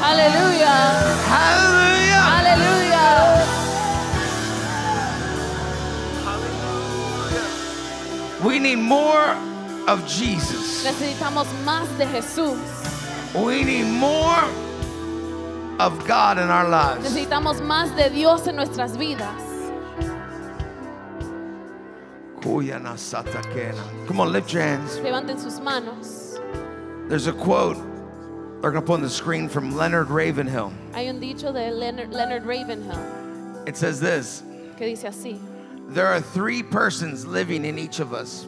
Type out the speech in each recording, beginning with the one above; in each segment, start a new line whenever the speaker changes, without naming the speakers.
Aleluya.
Hallelujah.
Aleluya.
We need more of Jesus.
Necesitamos más de Jesús.
We need more of God in our lives.
Necesitamos más de Dios en nuestras vidas.
Kuyana satakena. Come on, lift your hands.
Levanten sus manos.
There's a quote they're going to put on the screen from Leonard Ravenhill.
Hay un dicho de Leonard, Leonard Ravenhill
It says this
que dice así.
There are three persons living in each of us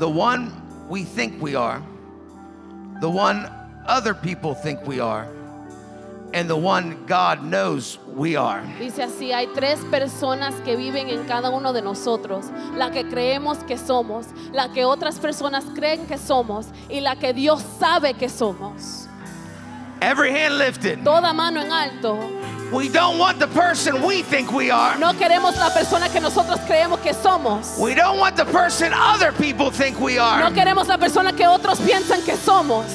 the one we think we are, the one other people think we are, and the one God knows we are.
Dice así, hay tres personas que viven en cada uno de nosotros, la que creemos que somos, la que otras personas creen que somos y la que Dios sabe que somos.
Every hand lifted.
Toda mano en alto.
We don't want the person we think we are.
No queremos la persona que nosotros creemos que somos.
We don't want the person other people think we are.
No queremos la persona que otros piensan que somos.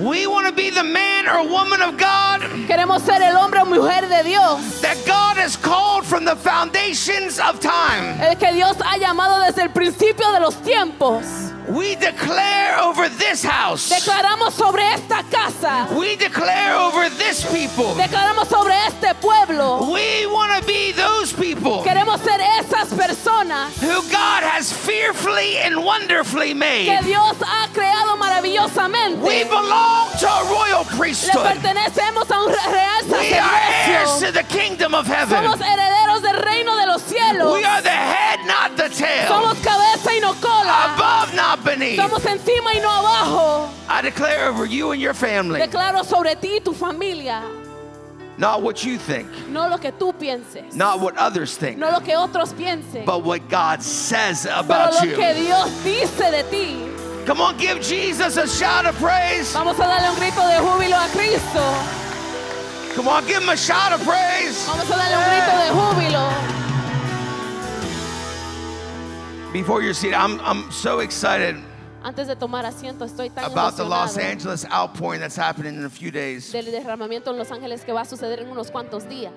We want to be the man or woman of God
Queremos ser el hombre o mujer de Dios,
that God has called from the foundations of time.
el que Dios ha llamado desde el principio de los tiempos.
We declare over this house.
Declaramos sobre esta casa,
We declare over this people.
declaramos sobre este pueblo.
We want to be those people
Queremos ser esas personas
who God has fearfully and wonderfully
que
made.
Dios ha creado
We
maravillosamente.
belong to a royal
Le
priesthood.
pertenecemos a un real
We are heirs
sacerdocio.
to the kingdom of heaven.
Somos herederos del reino de los cielos.
We are the head, not the tail.
Somos cabeza y no cola.
Above, not beneath.
Somos encima y no abajo.
I declare over you and your family,
Declaro sobre ti y tu familia.
not what you think,
No lo que tú pienses.
not what others think,
No lo que otros piensen.
but what God says
Pero
about
lo que
you.
Dios dice de ti.
Come on, give Jesus a shout of praise.
Vamos a darle un grito de júbilo a Cristo.
Come on, give him a shout of praise.
Vamos a darle un grito de júbilo.
Before your seat, I'm, I'm so excited
Antes de tomar asiento, estoy tan
about the Los
emocionado
Angeles outpouring that's happening in a few days.
del derramamiento en Los Ángeles que va a suceder en unos cuantos días.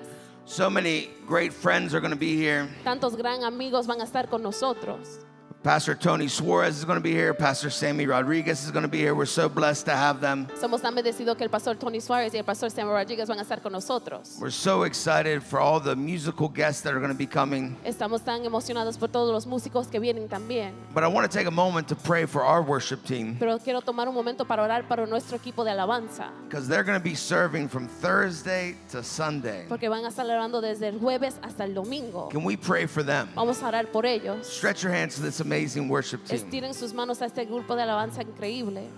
So many great friends are going to be here.
Tantos gran amigos van a estar con nosotros.
Pastor Tony Suarez is going to be here. Pastor Sammy Rodriguez is going to be here. We're so blessed to have them.
Somos tan bendecidos que el pastor Tony Suárez y el pastor Sam Rodríguez van a estar con nosotros.
We're so excited for all the musical guests that are going to be coming.
Estamos tan emocionados por todos los músicos que vienen también.
But I want to take a moment to pray for our worship team
Pero quiero tomar un momento para orar para nuestro equipo de alabanza,
because they're going to be serving from Thursday to Sunday.
porque van a estar orando desde el jueves hasta el domingo.
Can we pray for them?
Vamos a orar por ellos.
Stretch your hands to this amazing worship team.
Estiren sus manos a este grupo de alabanza increíble.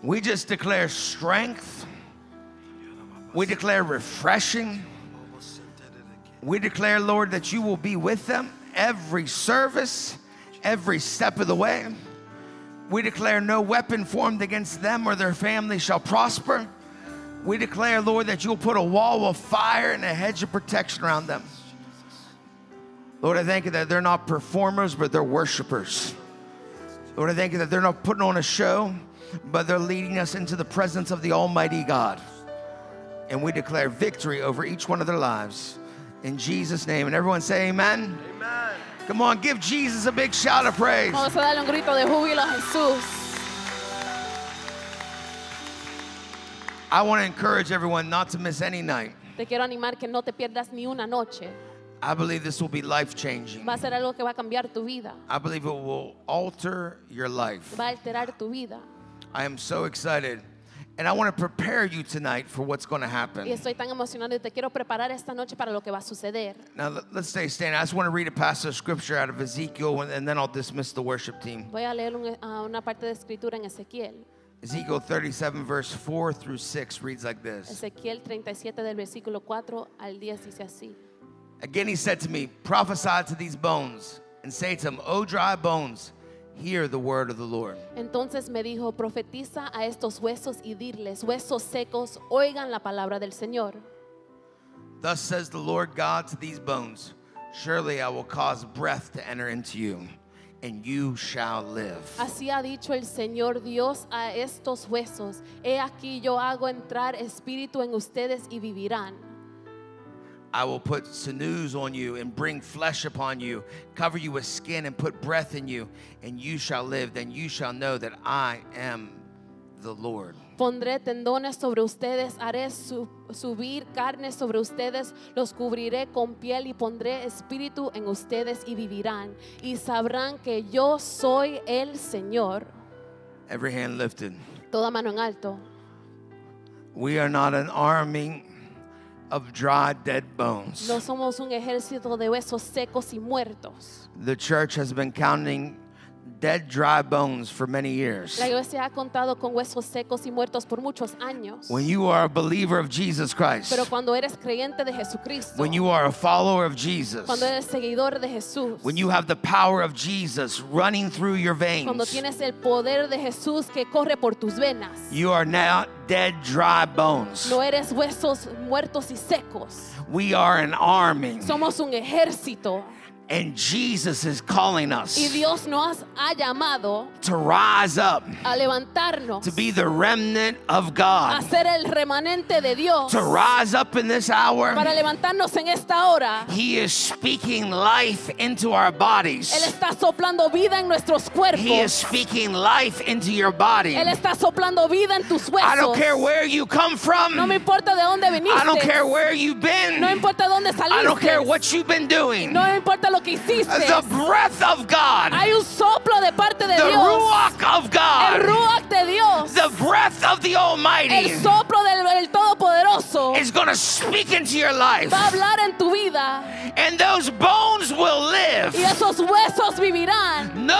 We just declare strength. We declare refreshing. We declare, Lord, that you will be with them every service, every step of the way. We declare no weapon formed against them or their family shall prosper. We declare, Lord, that you'll put a wall of fire and a hedge of protection around them. Lord, I thank you that they're not performers, but they're worshipers. Lord, I thank you that they're not putting on a show, but they're leading us into the presence of the Almighty God. And we declare victory over each one of their lives. In Jesus' name. And everyone say, Amen. Amen. Come on, give Jesus a big shout of praise.
Vamos a darle un grito de júbilo a Jesús.
I want to encourage everyone not to miss any night.
Te quiero animar que no te pierdas ni una noche.
I believe this will be life changing.
Va a ser algo que va a cambiar tu vida,
I believe it will alter your life.
va a alterar tu vida.
I am so excited. And I want to prepare you tonight for what's going to
Y
happen.
estoy tan emocionado y te quiero preparar esta noche para lo que va a suceder.
Now, let- let's stay standing. I just want to read a passage of scripture out of Ezekiel, and- and then I'll dismiss the worship team.
Voy a leer un- a una parte de escritura en Ezequiel.
Ezekiel 37, verse 4 through 6 reads like this
Ezequiel 37 del versículo 4 al 10 dice así.
Again, he said to me, Prophesy to these bones, and say to them, O dry bones, hear the word of the Lord.
Entonces me dijo, profetiza a estos huesos y dirles, huesos secos, oigan la palabra del Señor.
Thus says the Lord God to these bones Surely I will cause breath to enter into you, and you shall live.
Así ha dicho el Señor Dios a estos huesos. He aquí yo hago entrar espíritu en ustedes y vivirán.
I will put sinews on you and bring flesh upon you, cover you with skin and put breath in you, and you shall live. Then you shall know that I am the Lord.
Pondré tendones sobre ustedes, haré su- subir carne sobre ustedes, los cubriré con piel y pondré espíritu en ustedes y vivirán. Y sabrán que yo soy el Señor.
Every hand lifted.
Toda mano en alto.
We are not an army of dry, dead bones.
No somos un ejército de huesos secos y muertos.
The church has been counting dead, dry bones for many years.
La iglesia ha contado con huesos secos y muertos por muchos años.
When you are a believer of Jesus Christ,
Pero cuando eres creyente de Jesucristo,
when you are a follower of Jesus,
cuando eres seguidor de Jesús,
when you have the power of Jesus running through your
cuando
veins,
tienes el poder de Jesús que corre por tus venas,
you are now dead, dry bones.
no eres huesos muertos y secos.
We are an army,
Somos un ejército
and Jesus is calling
y
us
Dios nos ha llamado
to rise up,
a levantarnos,
to be the remnant of
a
God,
ser el remanente de Dios,
to rise up in this hour.
para levantarnos en esta hora.
He is speaking life into our
Él
bodies.
está soplando vida en nuestros
He is
cuerpos.
speaking life into your body.
Él está soplando vida en tus
I don't
huesos.
care where you come from.
No me importa de dónde viniste.
I don't care where you've been.
No importa dónde
I don't care
saliste.
what you've been doing.
No importa lo que hiciste.
The breath of God,
Hay un soplo de parte de
the
Dios.
ruach of
El
God,
ruach de Dios.
the breath of the Almighty
El soplo del, del Todopoderoso
is going to speak into your life,
va a hablar en tu vida
and those bones will live.
y esos huesos vivirán.
No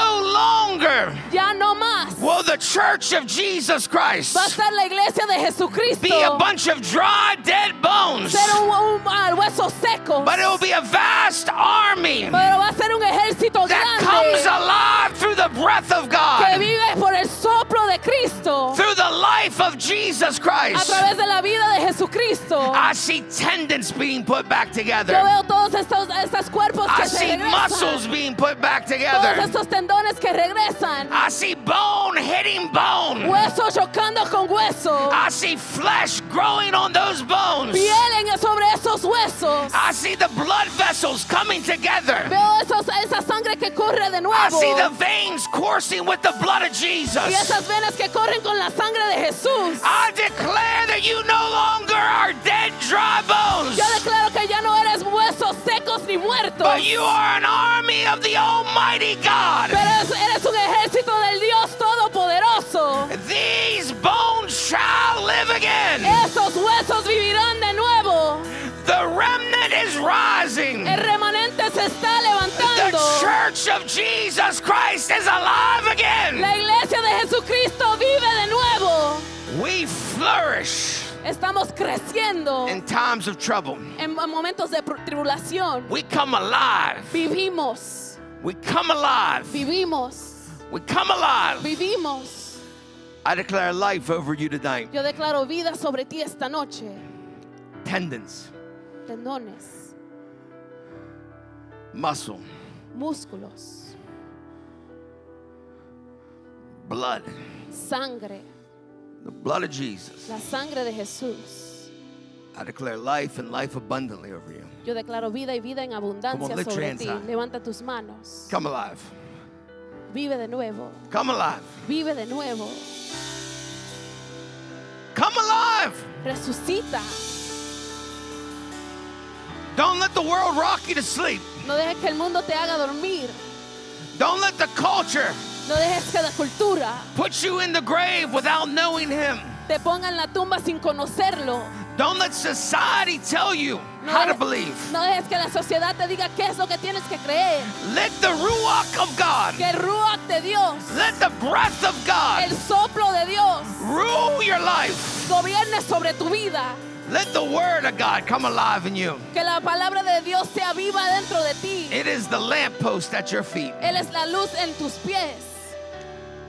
longer
Ya no más.
will the church of Jesus Christ
Va a ser la iglesia de
be a
Jesucristo.
bunch of dry, dead bones,
Ser un, un- ah, hueso seco.
but it will be a vast army
Pero va a ser un ejército
that comes
grande
alive through the breath of
que
God,
vive por el soplo de Cristo.
through the life of Jesus
A
Christ.
través de la vida de Jesucristo.
I see tendons being put back
Yo
together.
veo todos estos, estos cuerpos
I
que se
see muscles
regresan.
being put back
Todos
together.
estos tendones que regresan.
I see bone hitting bone.
Hueso chocando con hueso.
I see flesh growing on those bones.
Piel en- sobre esos huesos.
I see the blood vessels coming together.
Veo esos, esa sangre que corre de
I
nuevo.
see the veins coursing with the blood of
Y
Jesus.
esas venas que corren con la sangre de Jesús.
I declare that you no longer are dead, dry bones,
Yo declaro que ya no eres huesos secos ni muertos.
but you are an army of the Almighty God.
Pero es- eres un ejército del Dios Todopoderoso.
These bones shall live again.
Esos huesos vivirán de nuevo.
The remnant is rising.
El remanente se está levantando.
The church of Jesus Christ is alive again.
La iglesia de Jesucristo vive de nuevo.
We flourish
Estamos creciendo
in times of trouble.
en momentos de pr- tribulación.
We come alive.
Vivimos,
We come alive.
vivimos,
We come alive.
vivimos.
I declare life over you tonight.
Yo declaro vida sobre ti esta noche.
Tendons,
Tendones,
muscle,
músculos,
blood.
sangre,
The blood of Jesus.
la sangre de Jesús.
I declare life and life abundantly over you.
Yo declaro vida y vida en abundancia
Come on, lift your
sobre
hands
ti.
high.
Levanta tus manos.
Come alive.
Vive de nuevo.
Come alive.
Vive de nuevo.
Come alive.
Resucita.
Don't let the world rock you to sleep.
No dejes que el mundo te haga dormir.
Don't let the culture
No dejes que la cultura
put you in the grave without knowing Him.
te ponga en la tumba sin conocerlo.
Don't let society tell you
No
how to
dejes-
believe.
No dejes que la sociedad te diga qué es lo que tienes que creer.
Let the ruach of God,
Que el ruach de Dios,
let the breath of God
el soplo de Dios,
rule your life.
gobierne sobre tu vida.
Let the word of God come alive in you.
Que la palabra de Dios sea viva dentro de ti.
It is the lamppost at your feet.
Él es la luz en tus pies.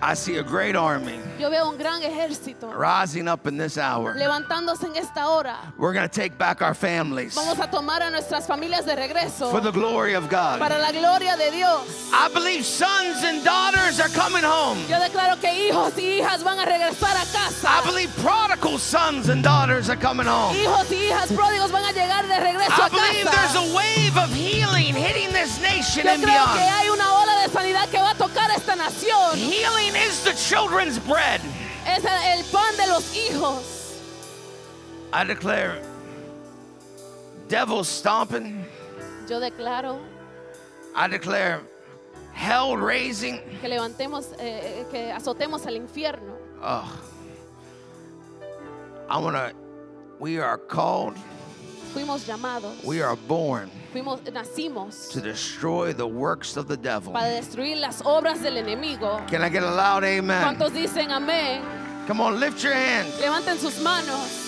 I see a great army
Yo veo un gran ejército
rising up in this hour.
levantándose en esta hora.
We're going to take back our families
Vamos a tomar a nuestras familias de regreso
for the glory of God.
para la gloria de Dios.
I believe sons and daughters are coming home.
Yo declaro que hijos y hijas van a regresar a
I
casa.
believe prodigal sons and daughters are coming home.
Hijos y hijas pródigos van a llegar de regreso
I
a
believe there's
casa.
a wave of healing hitting this nation
Yo
and
creo
beyond.
que hay una ola de sanidad que va a tocar a esta nación.
Healing is the children's bread.
Es el pan de los hijos.
I declare, devil stomping.
Yo declaro
I declare, hell raising.
que levantemos, eh, eh, que azotemos al infierno.
Ugh. I want to, we are called,
Fuimos llamados,
we are born
fuimos, nacimos
to destroy the works of the devil.
para destruir las obras del enemigo.
Can I get a loud amen?
¿Cuántos dicen amén?
Come on, lift your hands.
Levanten sus manos.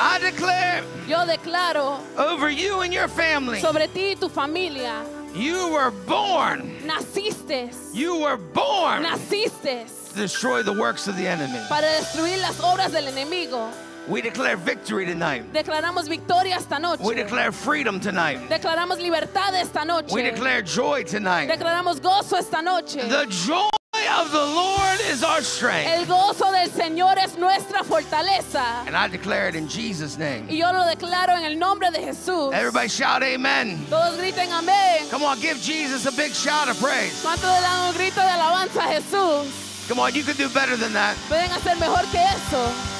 I declare
Yo declaro
over you and your family,
sobre ti y tu familia.
you were born,
Naciste,
you were born
naciste
to destroy the works of the enemy.
para destruir las obras del enemigo.
We declare victory tonight.
Declaramos victoria esta
We
noche.
declare freedom tonight.
Declaramos libertad esta
We
noche.
declare joy tonight.
Declaramos gozo esta noche.
The joy of the Lord is our strength.
El gozo del Señor es nuestra fortaleza.
And I declare it in Jesus' name.
Y yo lo declaro en el nombre de Jesús.
Everybody shout amen.
Todos griten amén.
Come on, give Jesus a big shout of praise.
¿Cuántos le dan un grito de alabanza a Jesús?
Come on, you can do better than that.
Pueden hacer mejor que eso.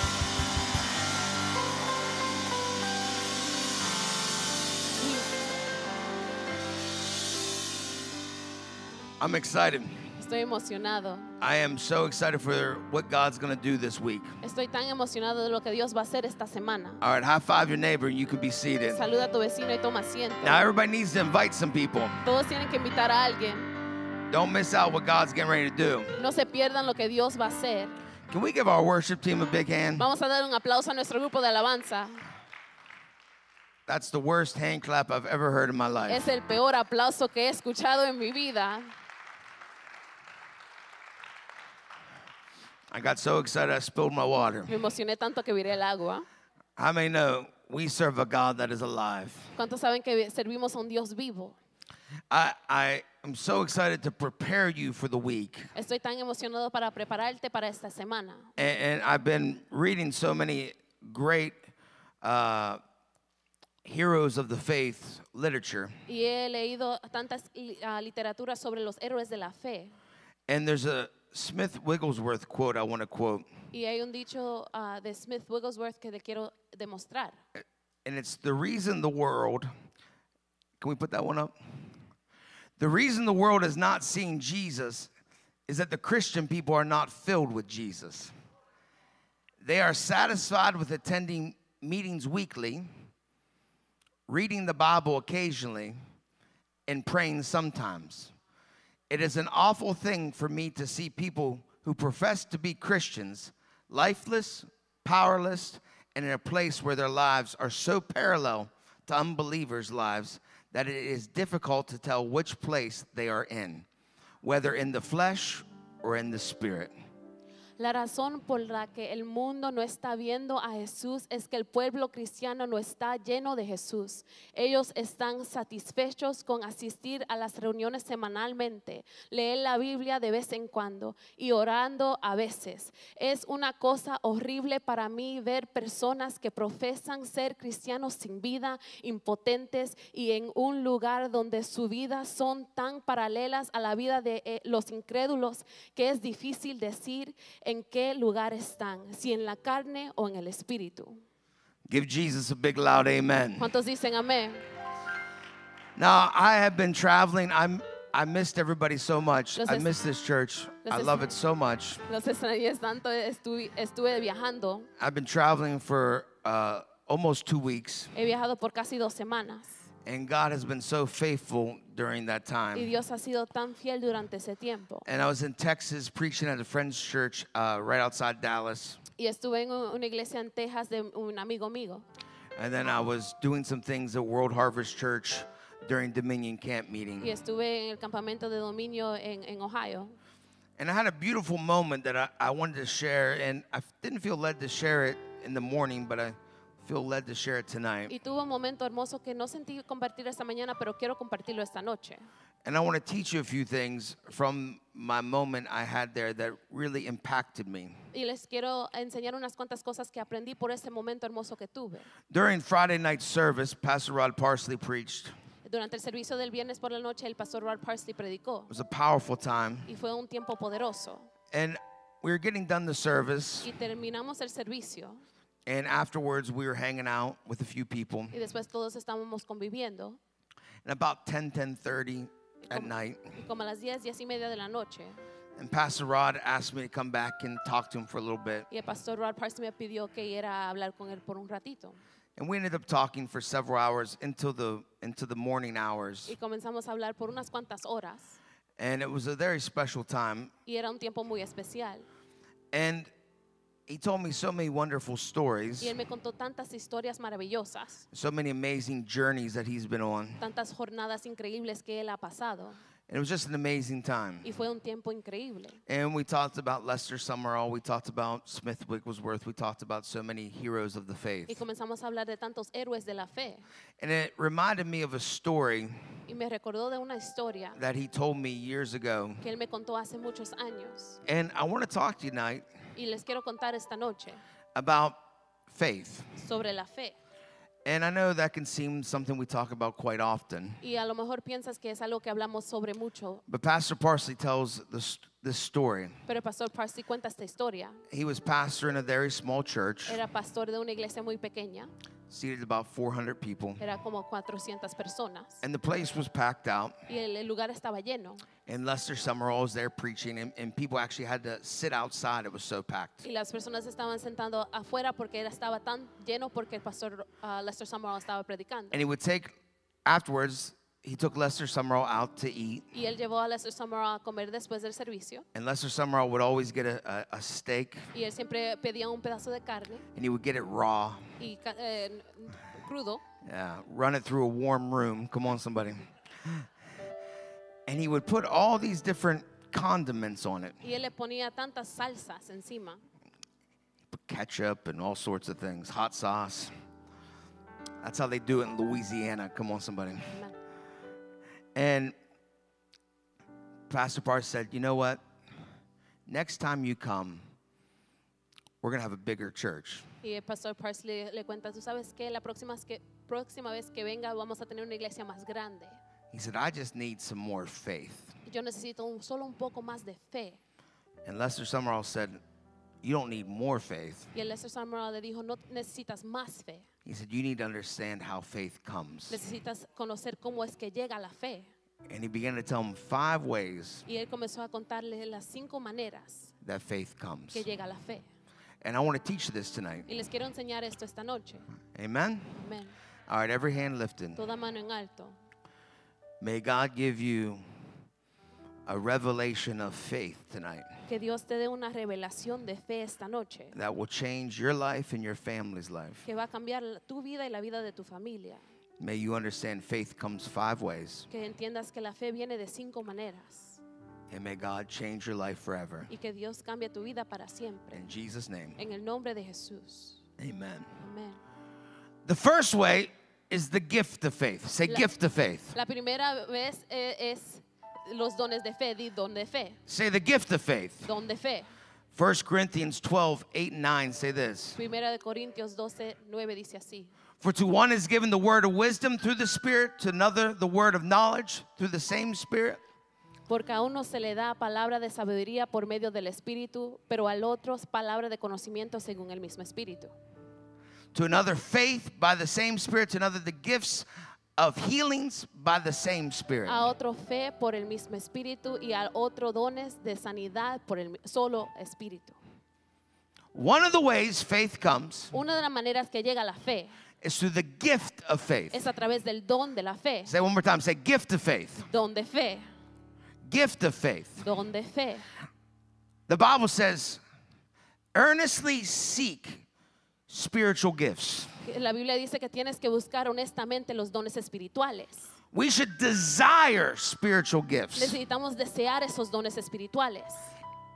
I'm excited.
Estoy emocionado.
I am so excited for what God's going to do this week.
Estoy tan emocionado de lo que Dios va a hacer esta semana.
All right, high five your neighbor and you can be seated.
Saluda a tu vecino y toma asiento.
Now, everybody needs to invite some people.
Todos tienen que invitar a alguien.
Don't miss out what God's getting ready to do.
No se pierdan lo que Dios va a hacer.
Can we give our worship team a big hand?
Vamos a dar un aplauso a nuestro grupo de alabanza.
That's the worst hand clap I've ever heard in my life.
Es el peor aplauso que he escuchado en mi vida.
I got so excited I spilled my water.
Me emocioné tanto que viré el agua.
How many know we serve a God that is alive?
¿Cuántos saben que servimos a un Dios vivo?
I, I am so excited to prepare you for the week.
Estoy tan emocionado para prepararte para esta semana.
And, and I've been reading so many great uh, heroes of the faith literature.
Y he leído tantas li- ah, literaturas sobre los héroes de la fe.
And there's a Smith Wigglesworth quote I want to quote.
Y hay un dicho ah, de Smith Wigglesworth que te quiero demostrar.
and it's the reason the world can we put that one up the reason the world has not seen jesus is that the christian people are not filled with jesus they are satisfied with attending meetings weekly reading the bible occasionally and praying sometimes it is an awful thing for me to see people who profess to be Christians lifeless, powerless, and in a place where their lives are so parallel to unbelievers' lives that it is difficult to tell which place they are in, whether in the flesh or in the spirit.
La razón por la que el mundo no está viendo a Jesús es que el pueblo cristiano no está lleno de Jesús. Ellos están satisfechos con asistir a las reuniones semanalmente, leer la Biblia de vez en cuando y orando a veces. Es una cosa horrible para mí ver personas que profesan ser cristianos sin vida, impotentes y en un lugar donde su vida son tan paralelas a la vida de eh, los incrédulos que es difícil decir en qué lugar están, si en la carne o en el espíritu.
Give Jesus a big loud amen.
¿Cuántos dicen amén?
Now, I have been traveling. I'm, I missed everybody so much.
Los
I
es-
miss this church.
los
I
es-
love it so much.
Los extrañé tanto, estuve, estuve viajando,
I've been traveling for uh, almost two weeks.
he viajado por casi dos semanas
And God has been so faithful during that
y
time.
Dios ha sido tan fiel durante ese tiempo.
And I was in Texas preaching at a friend's church uh, right outside Dallas.
Y estuve en u- una iglesia en Texas de un amigo mío.
And then I was doing some things at World Harvest Church during Dominion Camp
Y
meeting.
estuve en el campamento de dominio en, en Ohio.
And I had a beautiful moment that I, I wanted to share, and I didn't feel led to share it in the morning, but I feel led to share it tonight.
Y tuve un momento hermoso que no sentí compartir esta mañana, pero quiero compartirlo esta noche.
And I want to teach you a few things from my moment I had there that really impacted me.
Y les quiero enseñar unas cuantas cosas que aprendí por ese momento hermoso que tuve.
During Friday night service, Pastor Rod Parsley preached. It
Durante el servicio del viernes por la noche, el pastor Rod Parsley predicó.
was a powerful time.
Y fue un tiempo poderoso.
And we were getting done the service,
Y terminamos el servicio.
and afterwards we were hanging out with a few people.
Y después todos estábamos conviviendo.
And about 10, 10.30 at night,
Y como a las 10, 10 y media de la noche.
and Pastor Rod asked me to come back and talk to him for a little bit.
Y el pastor Rod Parsley me pidió que iera a hablar con él por un ratito.
And we ended up talking for several hours into the into the morning hours.
Y comenzamos a hablar por unas cuantas horas.
And it was a very special time.
Y era un tiempo muy especial.
And he told me so many wonderful stories,
Y él me contó tantas historias maravillosas,
so many amazing journeys that he's been on.
tantas jornadas increíbles que él ha pasado.
And it was just an amazing time.
Y fue un tiempo increíble.
And we talked about Lester Summerall, we talked about Smith Wigglesworth, we talked about so many heroes of the
Y
faith.
comenzamos a hablar de tantos héroes de la fe.
And it reminded me of a story
Y me recordó de una historia
that he told me years ago.
que él me contó hace muchos años.
And I want to talk to you tonight
Y les quiero contar esta noche
about faith.
sobre la fe.
And I know that can seem something we talk about quite often.
Y a lo mejor piensas que es algo que hablamos sobre mucho,
But Pastor Parsley tells this, this story.
pero el pastor Parsley cuenta esta historia.
He was pastor in a very small church,
Era pastor de una iglesia muy pequeña,
seated about 400 people.
era como 400 personas.
And the place was packed out.
Y el el lugar estaba lleno.
And Lester Summerall was there preaching, and, and people actually had to sit outside. It was so packed.
Y las personas estaban sentando afuera porque era- estaba tan lleno porque el pastor ah, Lester Summerall estaba predicando.
And he would take, afterwards, he took Lester Summerall out to eat.
Y él llevó a Lester Summerall a comer después del servicio.
And Lester Summerall would always get a, a, a steak,
Y él siempre pedía un pedazo de carne
and he would get it raw,
y ca- eh, crudo
yeah, run it through a warm room. Come on, somebody. And he would put all these different condiments on it.
y él le ponía tantas salsas encima.
ketchup and all sorts of things, hot sauce. That's how they do it in Louisiana. Come on, somebody.
Amen.
And Pastor Parr said, You know what? Next time you come, we're going to have a bigger church.
Y el pastor Parsley le cuenta, tú sabes que la próxima, es que, próxima vez que venga vamos a tener una iglesia más grande.
He said, I just need some more faith.
Yo necesito un- solo un poco más de fe.
And Lester Summerall said, You don't need more faith.
Y el Lester Summerall le dijo, no necesitas más fe,
He said, You need to understand how faith comes.
necesitas conocer cómo es que llega la fe.
And he began to tell him five ways
Y él comenzó a contarle las cinco maneras
that faith comes.
que llega la fe.
And I want to teach you this tonight.
Y les quiero enseñar esto esta noche.
Amen.
Amén.
All right, every hand lifted.
Toda mano en alto.
May God give you a revelation of faith tonight
Que Dios te dé una revelación de fe esta noche
that will change your life and your family's life.
que va a cambiar la- tu vida y la vida de tu familia.
May you understand faith comes five ways,
Que entiendas que la fe viene de cinco maneras
and may God change your life forever.
y que Dios cambia tu vida para siempre.
In Jesus' name,
En el nombre de Jesús.
amen.
Amén.
The first way is the gift of faith. Say,
La-
gift of faith.
La primera vez eh, es los dones de fe. Di don de fe.
Say, the gift of faith.
Don de fe.
1 Corinthians 12, 8 and 9 say this
Primera de Corintios 12, 9 dice así.
For to one is given the word of wisdom through the Spirit, to another the word of knowledge through the same Spirit.
Porque a uno se le da palabra de sabiduría por medio del Espíritu, pero al otro palabra de conocimiento según el mismo Espíritu.
to another faith by the same spirit to another the gifts of healings by the same spirit
a otro fe por el mismo espíritu y al otro dones de sanidad por el mi- solo espíritu.
one of the ways faith comes
Una de las maneras que llega la fe
is through the gift of faith
es a través del don de la fe.
say it one more time say gift of faith
Don de fe,
gift of faith
don de fe.
the bible says earnestly seek spiritual gifts
La Biblia dice que tienes que buscar honestamente los dones espirituales.
we should desire spiritual gifts
Necesitamos desear esos dones espirituales.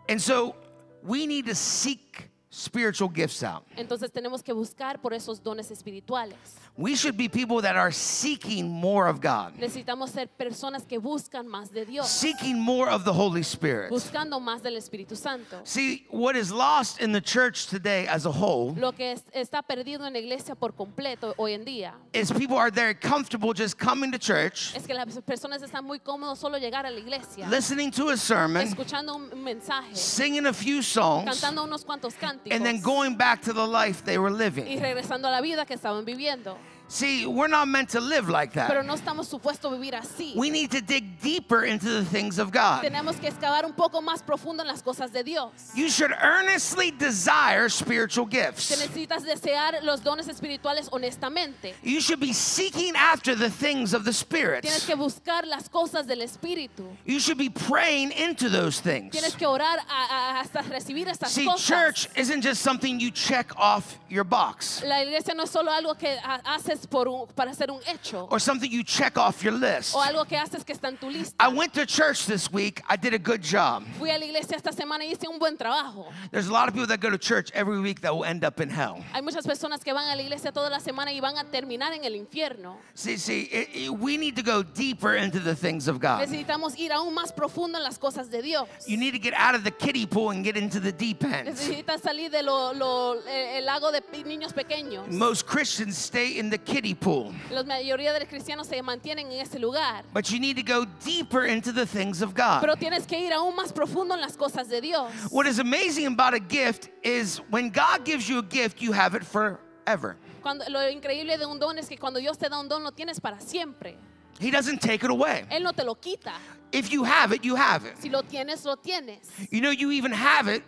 And so we need to seek spiritual gifts out.
Entonces tenemos que buscar por esos dones espirituales.
We should be people that are seeking more of God,
Necesitamos ser personas que buscan más de Dios,
seeking more of the Holy Spirit.
buscando más del Espíritu Santo.
See, what is lost in the church today as a whole
Lo que es- está perdido en la iglesia por completo hoy en día
is people are very comfortable just coming to church,
es que las personas están muy cómodos solo llegar a la iglesia,
listening to a sermon,
escuchando un mensaje,
singing a few songs,
cantando unos cuantos cánticos
and then going back to the life they were
y
living.
regresando a la vida que estaban viviendo.
See, we're not meant to live like
Pero
that.
no estamos supuestos a vivir así.
We need to dig deeper into the things of God.
Tenemos que excavar un poco más profundo en las cosas de Dios.
You should earnestly desire spiritual
Te
gifts.
necesitas desear los dones espirituales honestamente.
You should be seeking after the things of the Spirit.
Tienes que buscar las cosas del Espíritu.
You should be praying into those
Tienes
things.
que orar a- a- hasta recibir estas
See,
cosas.
church isn't just something you check off your box
La iglesia no es solo algo que ha- haces por un- para hacer un hecho
or something you check off your list.
o algo que haces que está en tu lista.
I went to church this week. I did a good job.
Fui a la iglesia esta semana y hice un buen trabajo.
There's a lot of people that go to church every week that will end up in hell.
Hay muchas personas que van a la iglesia toda la semana y van a terminar en el infierno.
See, see, it, it- we need to go deeper into the things of God.
Necesitamos ir aún más profundo en las cosas de Dios.
Ah. You need to get out of the kiddie pool and get into the deep end.
Necesitas salir de lo, lo- eh, el lago de pe- niños pequeños.
Most Christians stay in the kiddie pool,
La mayoría de los cristianos se mantienen en ese lugar.
but you need to go deeper into the things of God.
Pero tienes que ir aún más profundo en las cosas de Dios.
What is amazing about a gift is when God gives you a gift, you have it forever.
Cuando, lo increíble de un don es que cuando Dios te da un don lo tienes para siempre.
He doesn't take it away.
Él no te lo quita.
If you have it, you have it.
Si lo tienes, lo tienes.
You know, you even have it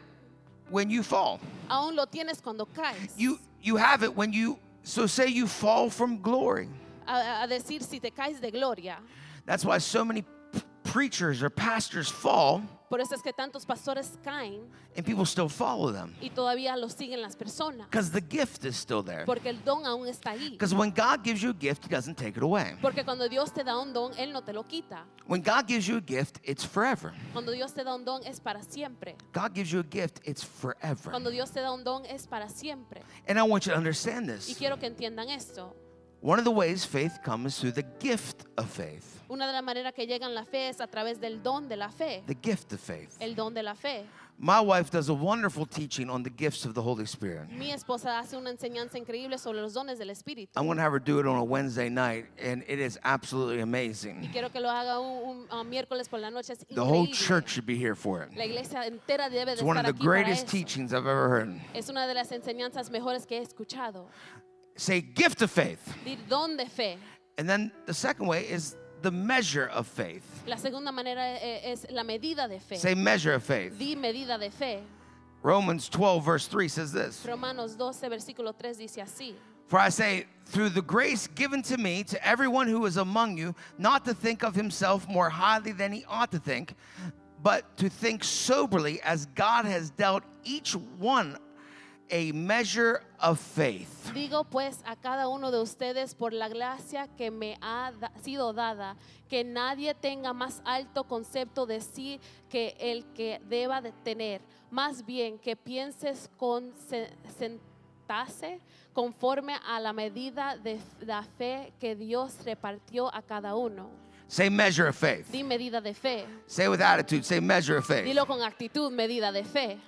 when you fall.
Aún lo tienes cuando caes.
You you have it when you so say you fall from glory.
A, a decir si te caes de gloria.
That's why so many p- preachers or pastors fall
Por eso es que tantos pastores caen
and people still follow them
y todavía lo siguen las personas.
because the gift is still there.
Porque el don aún está ahí.
Because when God gives you a gift, He doesn't take it away.
Porque cuando Dios te da un don, Él no te lo quita.
When God gives you a gift, it's forever.
Cuando Dios te da un don es para siempre.
God gives you a gift, it's forever.
Cuando Dios te da un don es para siempre.
And I want you to understand
Y
this.
quiero que entiendan esto.
One of the ways faith comes is through the gift of faith.
Una de las maneras que llegan la fe es a través del don de la fe.
The gift of faith.
El don de la fe.
My wife does a wonderful teaching on the gifts of the Holy Spirit.
Mi esposa hace una enseñanza increíble sobre los dones del Espíritu.
I'm going to have her do it on a Wednesday night, and it is absolutely amazing.
Quiero que lo haga un, un, uh, miércoles por la noche. Es
The whole
increíble.
church should be here for
La
it.
iglesia entera debe de
It's
estar
one of the
aquí para
greatest
eso.
teachings I've ever heard.
Es una de las enseñanzas mejores que he escuchado.
Say, gift of faith.
Di don de fe.
And then the second way is the measure of faith.
La segunda manera eh, es la medida de fe.
Say, measure of faith.
Di medida de fe.
Romans 12, verse 3 says this
Romanos 12, versículo 3 dice así.
For I say, through the grace given to me, to everyone who is among you, not to think of himself more highly than he ought to think, but to think soberly as God has dealt each one a measure of faith.
Digo pues a cada uno de ustedes por la gracia que me ha da- sido dada, que nadie tenga más alto concepto de sí que el que deba de tener, más bien que pienses con se- sentase conforme a la medida de la fe que Dios repartió a cada uno.
Say, measure of faith.
Di medida de fe.
Say with attitude, say, measure of faith.
Dilo con actitud, medida de fe.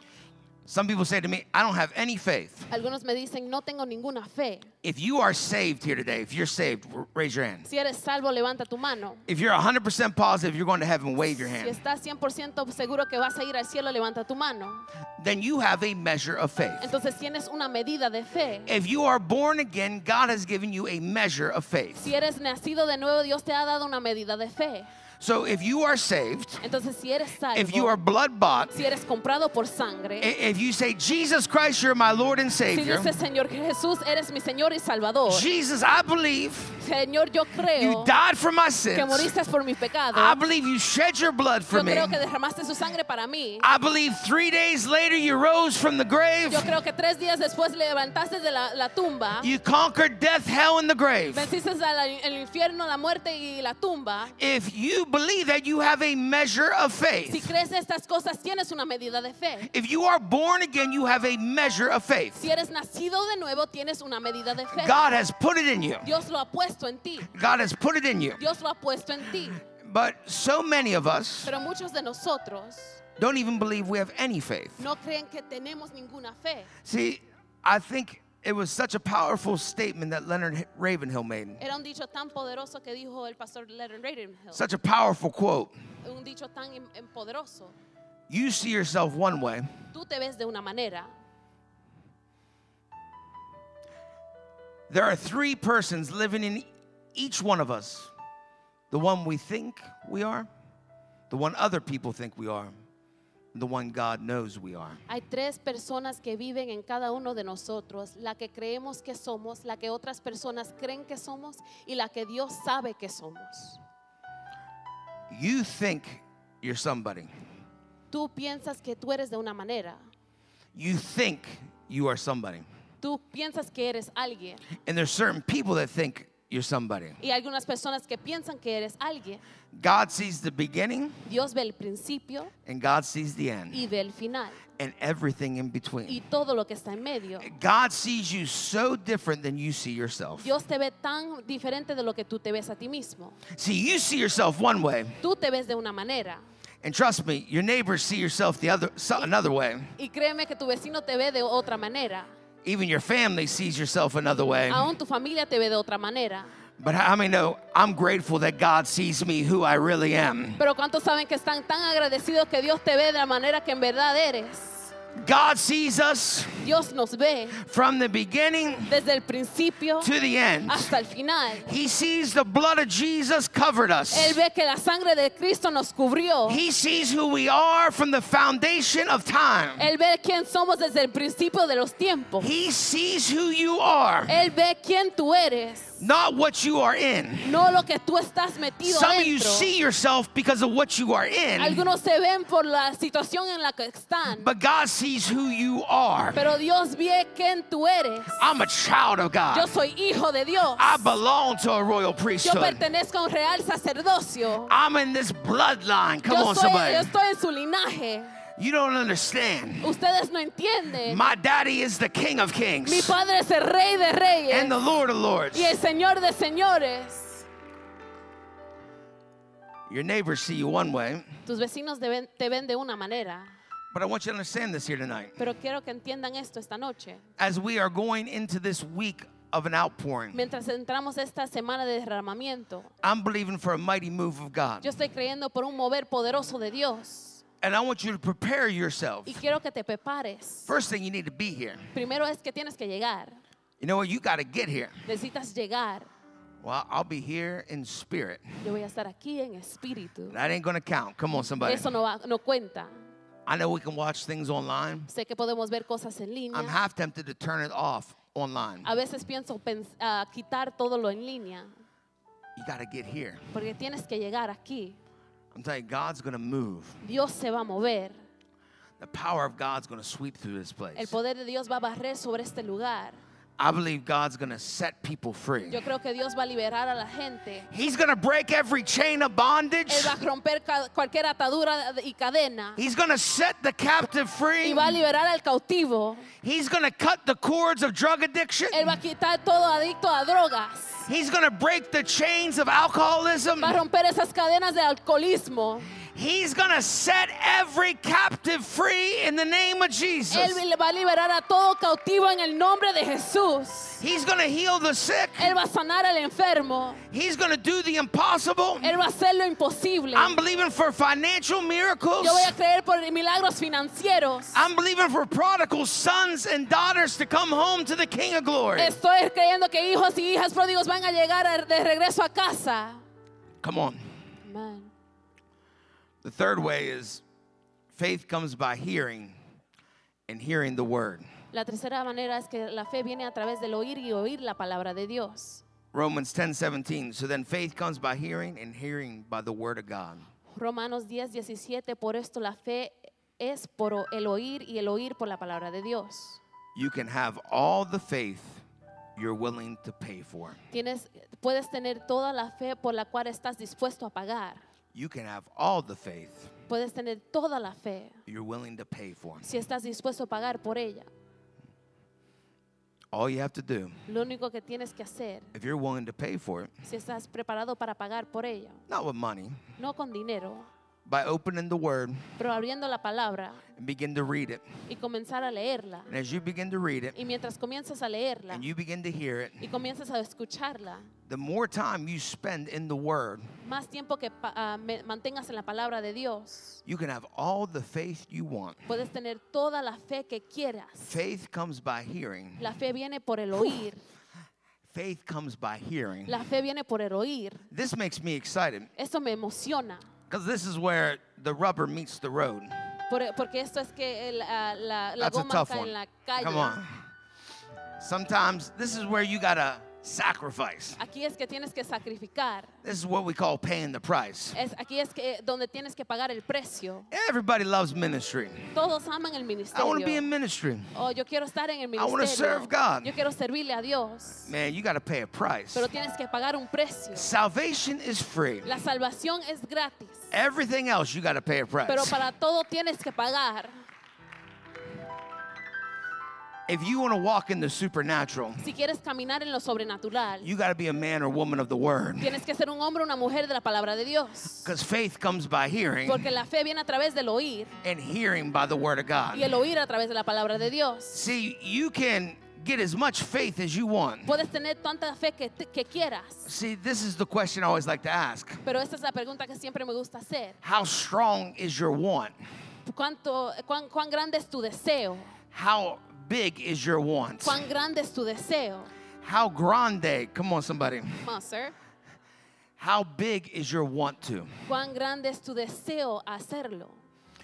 Some people say to me, I don't have any faith.
Algunos me dicen, no tengo ninguna fe.
If you are saved here today, if you're saved, r- raise your hand.
Si eres salvo, levanta tu mano.
If you're 100% positive you're going to heaven, wave your
Si
hand.
estás 100% seguro que vas a ir al cielo, levanta tu mano.
Then you have a measure of faith.
Entonces tienes una medida de fe.
If you are born again, God has given you a measure of faith.
Si eres nacido de nuevo, Dios te ha dado una medida de fe.
So if you are saved,
Entonces si eres
if you are Eh,
salvo,
blood bought,
si eres comprado por sangre,
if you say, Jesus Christ, you're my Lord and
si
Savior,
dices Señor Jesús, eres mi Señor y Salvador.
Jesus, I believe
Señor,
You
yo creo
died for my
que
sins.
moriste por mis pecados.
I believe you shed your blood for
Yo
me.
creo que derramaste su sangre para mí.
I believe three days later you rose from the grave.
Yo creo que tres días después le levantaste de la, la tumba.
You conquered death, hell, and the grave.
Venciste a la- el infierno, la muerte y la tumba.
If you believe that, you have a measure of
Si
faith.
crees estas cosas, tienes una medida de fe.
If you are born again, you have a measure of faith.
Si eres nacido de nuevo, tienes una medida de fe.
God has put it in you.
Dios lo ha puesto en ti.
God has put it in you.
Dios lo ha puesto en ti.
But so many of us
Pero muchos de nosotros
don't even believe we have any faith.
no creen que tenemos ninguna fe.
See, I think it was such a powerful statement that Leonard H- Ravenhill made.
Era un dicho tan poderoso que dijo el pastor Leonard Ravenhill.
Such a powerful quote.
Un dicho tan em- em- poderoso.
You see yourself one way,
Tú te ves de una manera.
there are three persons living in each one of us the one we think we are, the one other people think we are, and the one God knows we are.
Hay tres personas que viven en cada uno de nosotros, la que creemos que somos, la que otras personas creen que somos y la que Dios sabe que somos.
You think you're somebody,
Tú piensas que tú eres de una manera,
you think you are somebody.
tú piensas que eres alguien
And there's certain people that think you're somebody.
y hay algunas personas que piensan que eres alguien.
God sees the beginning
Dios ve el principio
and God sees the end
y ve el final
and everything in
y
between.
todo lo que está en medio.
God sees you so different than you see yourself.
Dios te ve tan diferente de lo que tú te ves a ti mismo.
See, you see yourself one way,
Tú te ves de una manera
and trust me, your neighbors see yourself the other so, another way.
y créeme que tu vecino te ve de otra manera.
Even your family sees yourself another way.
Aún tu familia te ve de otra manera.
But how many know I'm grateful that God sees me who I really am?
Pero ¿cuántos saben que están tan agradecidos que Dios te ve de la manera que en verdad eres?
God sees us
Dios nos ve
from the beginning
desde el principio
to the end.
hasta el final.
He sees the blood of Jesus covered
Él
us.
ve que la sangre de Cristo nos cubrió.
He sees who we are from the foundation of time.
Él ve quién somos desde el principio de los tiempos.
He sees who you are,
Él ve quién tú eres,
not what you are in.
no lo que tú estás metido
Some of you
adentro.
see yourself because of what you are in,
Algunos se ven por la situación en la que están,
but God sees who you are.
pero Dios ve quién tú eres.
I'm a child of
Yo
God.
soy hijo de Dios.
I belong to a royal
Yo
priesthood.
pertenezco a un real sacerdocio.
I'm in this bloodline. Ah, Come
Yo,
on,
soy, yo
somebody.
estoy en su linaje.
You don't understand.
Ustedes no entienden.
My daddy is the King of
Mi
Kings
padre es el rey de
and
reyes
the Lord of Lords.
y el señor de señores.
Your neighbors see you one way,
Tus vecinos deben- te ven de una manera,
but I want you to understand this here tonight.
pero quiero que entiendan esto esta noche.
As we are going into this week of an outpouring,
Mientras entramos esta semana de derramamiento,
I'm believing for a mighty move of God.
yo estoy creyendo por un mover poderoso de Dios
And I want you to prepare yourself.
y quiero que te prepares.
First thing you need to be here.
Primero es que tienes que llegar.
You know what? You got to get here.
Necesitas llegar.
Well, I'll be here in spirit.
Yo voy a estar aquí en espíritu.
That ain't going to count. Come on, somebody.
Eso no, va- no cuenta.
I know we can watch things online.
Sé que podemos ver cosas en
I'm
línea.
half tempted to turn it off online.
A veces pienso pens- ah, quitar todo lo en línea,
You got to get here.
porque tienes que llegar aquí.
I'm telling you, God's going to move.
Dios se va a mover.
The power of God's going to sweep through this
El
place.
poder de Dios va a barrer sobre este lugar.
I believe God's going to set people free.
Yo creo que Dios va a liberar a la gente.
He's going to break every chain of bondage.
Él va a romper ca- cualquier atadura y cadena.
He's going to set the captive
Y
free.
va a liberar al cautivo.
He's going to cut the cords of drug addiction.
Él va a quitar todo adicto a drogas.
He's going to break the chains of alcoholism.
Va a romper esas cadenas de alcoholismo.
He's going to set every captive free in the name of Jesus.
Él va a liberar a todo cautivo en el nombre de Jesús.
He's going to heal the sick.
Él va a sanar al enfermo.
He's going to do the impossible.
Él va a hacer lo imposible.
I'm believing for financial miracles.
Yo voy a creer por milagros financieros.
I'm believing for prodigal sons and daughters to come home to the King of glory.
Estoy creyendo que hijos y hijas pródigos van a llegar a- de regreso a casa.
Come on.
Amén.
The third way is faith comes by hearing and hearing the word.
La tercera manera es que la fe viene a través del oír y oír la palabra de Dios.
Romans 10 17. So then faith comes by hearing, and hearing by the word of God.
Romanos 10, 17, por esto la fe es por el oír y el oír por la palabra de Dios.
You can have all the faith you're willing to pay for.
Tienes, puedes tener toda la fe por la cual estás dispuesto a pagar.
You can have all the faith
Puedes tener toda la fe
you're willing to pay for.
si estás dispuesto a pagar por ella.
All you have to do,
Lo único que tienes que hacer,
if you're willing to pay for it,
si estás preparado para pagar por ella,
not with money,
no con dinero,
by opening the word
pero abriendo la palabra
and begin to read it.
y comenzar a leerla.
And as you begin to read it
Y mientras comienzas a leerla
and you begin to hear it,
y comienzas a escucharla,
the more time you spend in the word,
más tiempo que pa- ah, me- mantengas en la palabra de Dios,
you can have all the faith you want.
puedes tener toda la fe que quieras.
Faith comes by hearing.
La fe viene por el oír.
Faith comes by hearing.
La fe viene por el oír.
This makes me excited
Esto me emociona.
because this is where the rubber meets the road.
por- Porque esto es que el, ah, la, la
That's a
goma
tough
está en
one.
la calle.
Come on. Sometimes this is where you gotta sacrifice.
Aquí es que tienes que sacrificar.
This is what we call paying the price.
Es, aquí es que donde tienes que pagar el precio.
Everybody loves ministry.
Todos aman el
I
ministerio.
want to be in ministry.
Oh, yo quiero estar en el
wanna
ministerio.
serve God.
Yo quiero servirle a Dios.
Man, you gotta pay a price.
Pero tienes que pagar un precio.
Salvation is free.
La salvación es gratis.
Everything else you gotta pay a price.
Pero para todo tienes que pagar.
If you want to walk in the supernatural,
Si quieres caminar en lo sobrenatural,
you got to be a man or woman of the word.
tienes que ser un hombre o una mujer de la palabra de Dios.
Because faith comes by hearing,
Porque la fe viene a través del oír
and hearing by the word of
y el
God.
oír a través de la palabra de Dios.
See, you can get as much faith as you want.
Puedes tener tanta fe que, te- que quieras,
See, this is the question I always like to ask
pero esta es la pregunta que siempre me gusta hacer.
How strong is your want?
¿Cuánto, cuán, cuán grande es tu deseo?
How big is your want?
¿Cuán grande es tu deseo?
How grande, come on, somebody.
Come on, sir.
How big is your want to?
¿Cuán grande es tu deseo a hacerlo?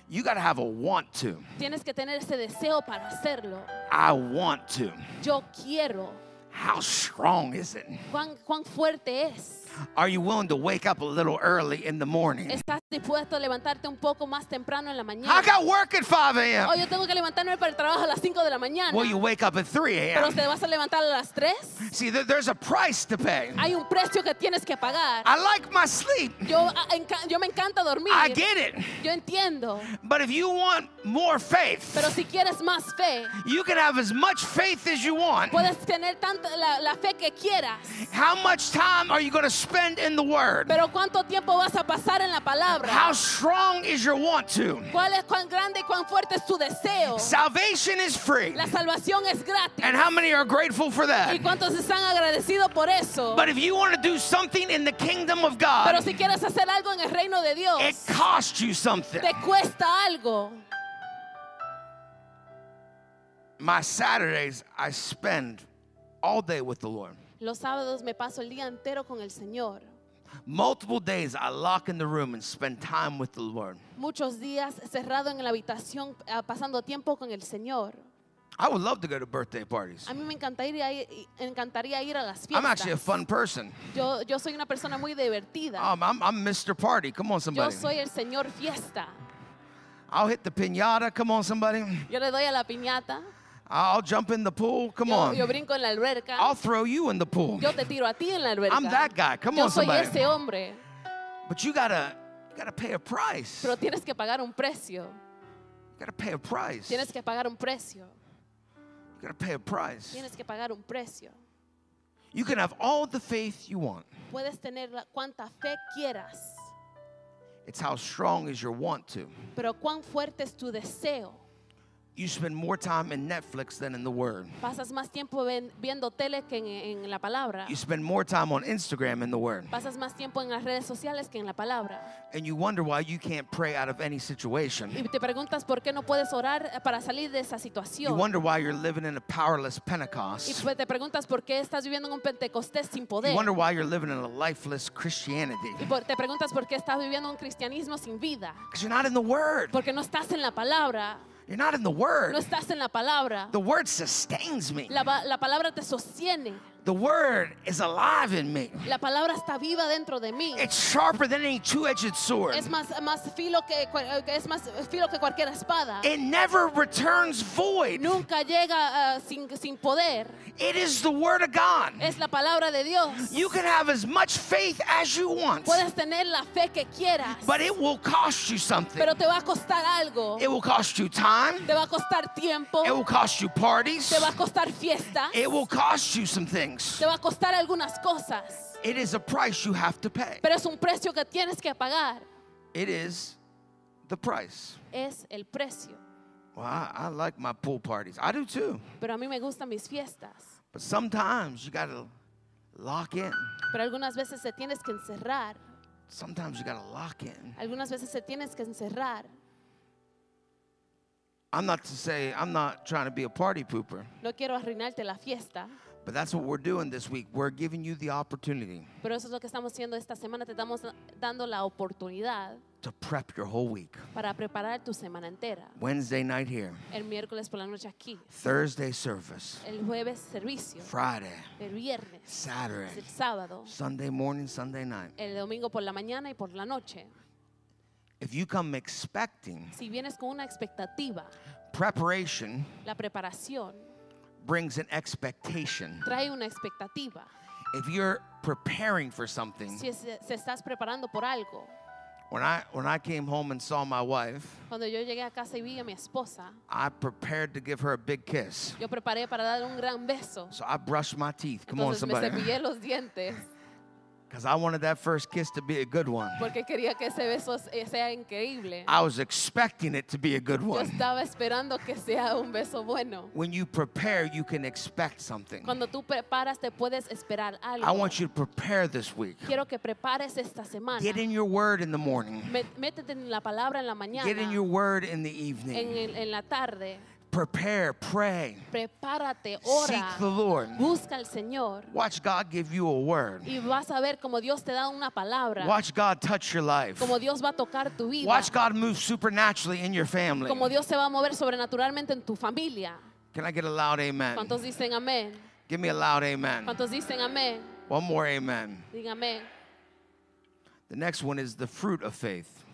You got to have a want to.
Tienes que tener ese deseo para hacerlo.
I want to.
Yo quiero.
How strong is it?
¿Cuán, cuán fuerte es?
Are you willing to wake up a little early in the morning?
¿Estás dispuesto a levantarte un poco más temprano en la mañana?
I got work at 5
Oh,
a.m.
yo tengo que levantarme para el trabajo a las 5 de la mañana.
Well, you wake up at 3
Pero
a.m.
te vas a levantar a las 3.
See, there- there's a price to pay.
Hay un precio que tienes que pagar.
I like my sleep.
Yo, ah, enca- yo me encanta dormir.
I get it.
Yo entiendo.
But if you want more faith,
Pero si quieres más fe,
you can have as much faith as you want.
puedes tener tanta la, la fe que quieras.
How much time are you going to spend in the Word?
Pero cuánto tiempo vas a pasar en la palabra.
How strong is your want to?
¿Cuál es cuán grande y cuán fuerte es tu deseo?
Salvation is free.
La salvación es gratis.
And how many are grateful for
¿Y
that?
cuántos están agradecidos por eso?
But if you want to do something in the kingdom of
Pero
God,
si quieres hacer algo en el reino de Dios,
it costs you something.
te cuesta algo.
My Saturdays, I spend all day with the Lord.
Los sábados me paso el día entero con el Señor.
Multiple days, I lock in the room and spend time with the Lord.
Muchos días cerrado en la habitación, ah, pasando tiempo con el Señor.
I would love to go to birthday parties.
A mí me encantaría ir, y- encantaría ir a las
I'm actually a
fiestas.
fun person.
Yo, yo soy una persona muy divertida.
Um, I'm, I'm Mr. Party. Come on,
Yo
somebody.
soy el Señor fiesta.
I'll hit the pinata. Come on, somebody.
Yo le doy a la piñata.
I'll jump in the pool. Come
Yo,
on.
yo brinco en la alberca.
I'll throw you in the pool.
Yo te tiro a ti en la alberca.
I'm that guy. Come
yo
on,
soy
somebody.
ese hombre.
But you gotta, you gotta pay a price.
Pero
You
tienes que pagar un precio.
gotta pay a price. You
Tienes que pagar un precio.
gotta pay a price.
Tienes que pagar un precio.
You can have all the faith you want.
Puedes tener la- cuanta fe quieras,
It's how strong is your want to.
pero cuán fuerte es tu deseo.
You spend more time in Netflix than in the Word.
Pasas más tiempo ven- viendo tele que en, en la palabra.
You spend more time on Instagram than the Word.
Pasas más tiempo en las redes sociales que en la palabra.
And you wonder why you can't pray out of any situation.
Y te preguntas por qué no puedes orar para salir de esa
You
situación.
wonder why you're living in a powerless
Y
Pentecost.
pues te preguntas por qué estás viviendo en un Pentecostés sin
You
poder.
wonder why you're living in a lifeless Christianity.
Y por- te preguntas por qué estás viviendo un cristianismo sin vida.
Because you're not in the Word.
Porque no estás en la palabra.
You're not in the
No
Word.
estás en la palabra.
The Word sustains me.
La, pa- la palabra te sostiene.
The word is alive in me.
La palabra está viva dentro de mí.
It's sharper than any two-edged sword.
Es más, más filo que, cua- que es más filo que cualquier espada.
It never returns void.
Nunca llega ah, sin, sin poder.
It is the word of God.
Es la palabra de Dios.
You can have as much faith as you want,
Puedes tener la fe que quieras,
but it will cost you something.
pero te va a costar algo.
It will cost you time.
Te va a costar tiempo.
It will cost you parties.
Te va a costar fiesta.
It will cost you some things.
Te va a costar algunas cosas.
It is a price you have to pay.
Pero es un precio que tienes que pagar.
It is the price.
Es el precio.
Well, I, I like my pool parties. I do too.
Pero a mí me gustan mis fiestas.
But sometimes you gotta lock in.
Pero algunas veces se tienes que encerrar.
Sometimes you gotta lock in.
Algunas veces se tienes que encerrar.
I'm not to say I'm not trying to be a party pooper,
No quiero arruinarte la fiesta.
but that's what we're doing this week. We're giving you the opportunity
Pero eso es lo que estamos haciendo esta semana. Te estamos dando la oportunidad
to prep your whole week.
para preparar tu semana entera.
Wednesday night here,
El miércoles por la noche aquí.
Thursday service,
El jueves servicio.
Friday,
El viernes.
Saturday,
El sábado.
Sunday morning, Sunday night.
El domingo por la mañana y por la noche.
If you come expecting
Si vienes con una expectativa,
preparation,
la preparación
brings an expectation.
trae una expectativa.
If you're preparing for something,
Si se, se estás preparando por algo.
when I when I came home and saw my wife,
Cuando yo llegué a casa y vi a mi esposa,
I prepared to give her a big kiss.
yo preparé para darle un gran beso.
So I brushed my teeth. Come on,
Entonces me
somebody.
cepillé los dientes
Because I wanted that first kiss to be a good one.
porque quería que ese beso eh, sea increíble.
I was expecting it to be a good
Yo
one.
estaba esperando que sea un beso bueno.
When you prepare, you can expect something.
Cuando tú preparas te puedes esperar algo.
I want you to prepare this week.
Quiero que prepares esta semana.
Get in your word in the morning.
Mé- Métete en la palabra en la mañana,
Get in your word in the
en,
evening.
el- en la tarde.
Prepare, pray.
Prepárate,
Seek
ora,
the Lord.
busca al Señor
Watch God give you a word.
y vas a ver cómo Dios te da una palabra,
Watch God touch your life.
cómo Dios va a tocar tu vida,
Watch God move supernaturally in your family.
cómo Dios se va a mover sobrenaturalmente en tu familia.
Can I get a loud amen?
¿Cuántos dicen amén?
Give me a loud amen.
¿Cuántos dicen amén?
One more amen.
Dígame.
The next one is the fruit of faith.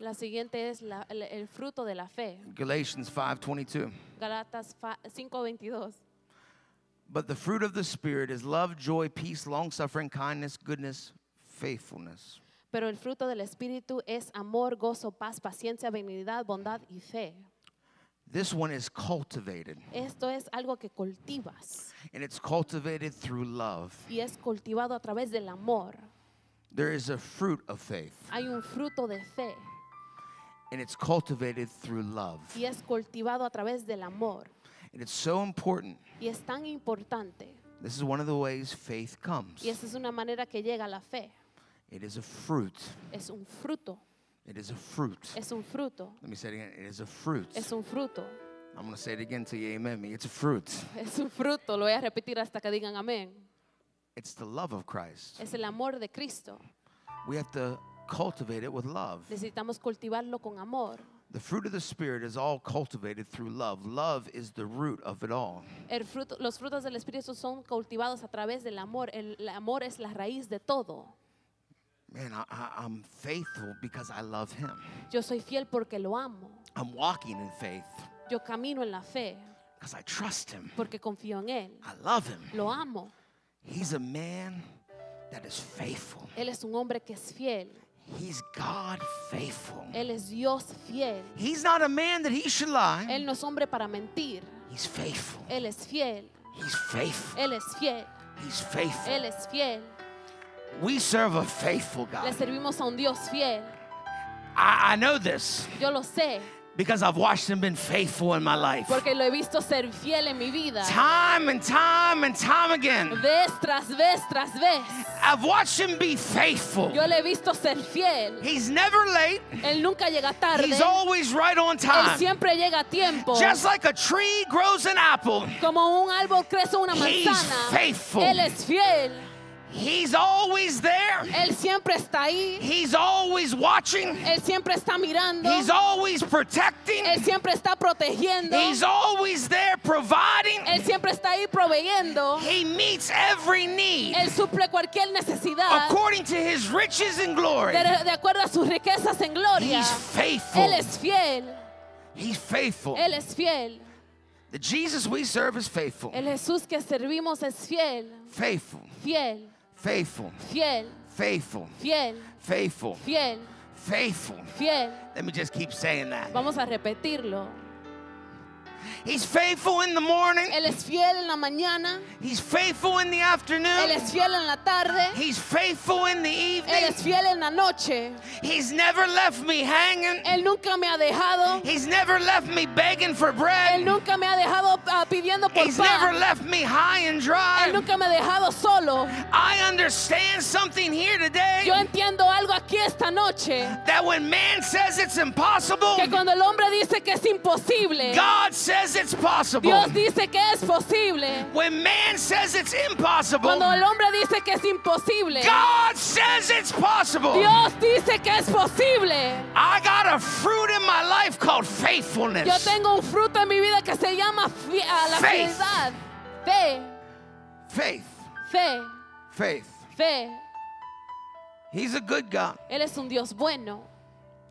La siguiente es la- el, el fruto de la fe.
Galatians 5:22.
Galatas fa- 5:22.
But the fruit of the spirit is love, joy, peace, long-suffering, kindness, goodness, faithfulness.
Pero el fruto del Espíritu es amor, gozo, paz, paciencia, benignidad, bondad y fe.
This one is cultivated,
Esto es algo que cultivas
and it's cultivated through love.
y es cultivado a través del amor.
There is a fruit of faith,
Hay un fruto de fe
and it's cultivated through love.
y es cultivado a través del amor.
And it's so important.
Y es tan importante.
This is one of the ways faith comes.
Y esa es una manera que llega la fe.
It is a fruit.
Es un fruto.
It is a fruit.
Es un fruto.
Let me say it again. It is a fruit.
Es un fruto.
I'm going to say it again till you amen me. It's a fruit.
Es un fruto. Lo voy a repetir hasta que digan amén.
It's the love of Christ.
Es el amor de Cristo.
We have to cultivate it with love.
Necesitamos cultivarlo con amor.
The fruit of the Spirit is all cultivated through love. Love is the root of it all.
El fruto, los frutos del Espíritu son cultivados a través del amor. El, el amor es la raíz de todo.
Man, I, I, I'm faithful because I love Him.
Yo soy fiel porque lo amo.
I'm walking in faith
Yo camino en la fe
because I trust Him.
porque confío en Él.
I love Him.
Lo amo.
He's a man that is faithful.
Él es un hombre que es fiel.
He's God faithful.
Él es Dios fiel.
He's not a man that he should lie.
Él no es hombre para mentir.
He's faithful.
Él es fiel.
He's faithful.
Él es fiel.
He's faithful.
Él es fiel.
We serve a faithful
Le
God.
servimos a un Dios fiel.
I, I know this
Yo lo sé
because I've watched him been faithful in my life.
porque lo he visto ser fiel en mi vida.
Time and time and time again.
Vez tras vez tras vez.
I've watched him be faithful.
Yo le he visto ser fiel.
He's never late.
Él nunca llega tarde.
He's always right on
Él
time.
siempre llega a tiempo.
Just like a tree grows an apple,
Como un árbol crece una
He's
manzana.
faithful.
Él es fiel.
He's always there.
Él siempre está ahí.
He's always watching.
Él siempre está mirando.
He's always protecting.
Él siempre está protegiendo.
He's always there providing.
Él siempre está ahí proveyendo.
He meets every need
Él suple cualquier necesidad
according to his riches and glory.
de, de acuerdo a sus riquezas en gloria.
He's
Él
faithful.
es fiel.
He's faithful.
Él es fiel.
The Jesus we serve is faithful.
El Jesús que servimos es fiel.
Faithful.
Fiel,
Faithful.
fiel,
Faithful.
fiel,
Faithful.
fiel,
Faithful.
fiel.
Let me just keep saying that.
Vamos a repetirlo.
He's faithful in the morning.
Él es fiel en la mañana.
He's faithful in the
Él
afternoon.
es fiel en la tarde.
He's faithful in the
Él
evening.
es fiel en la noche.
He's never left me hanging.
Él nunca me ha dejado.
He's never left me begging for
Él
bread.
nunca me ha dejado ah, pidiendo por
He's never
pan.
left me high and
Él
dry.
nunca me ha dejado solo.
I understand something here
Yo
today
entiendo algo aquí esta noche.
that when man says it's impossible,
Que cuando el hombre dice que es imposible,
God says it's possible.
Dios dice que es posible.
When man says it's
Cuando
impossible,
el hombre dice que es imposible,
God says it's possible.
Dios dice que es posible.
I got a fruit in my life called
Yo
faithfulness.
tengo un fruto en mi vida que se llama fi- a la
Faith.
fidelidad. Fe,
Faith.
fe,
Faith.
fe.
He's a good God.
Él es un Dios bueno.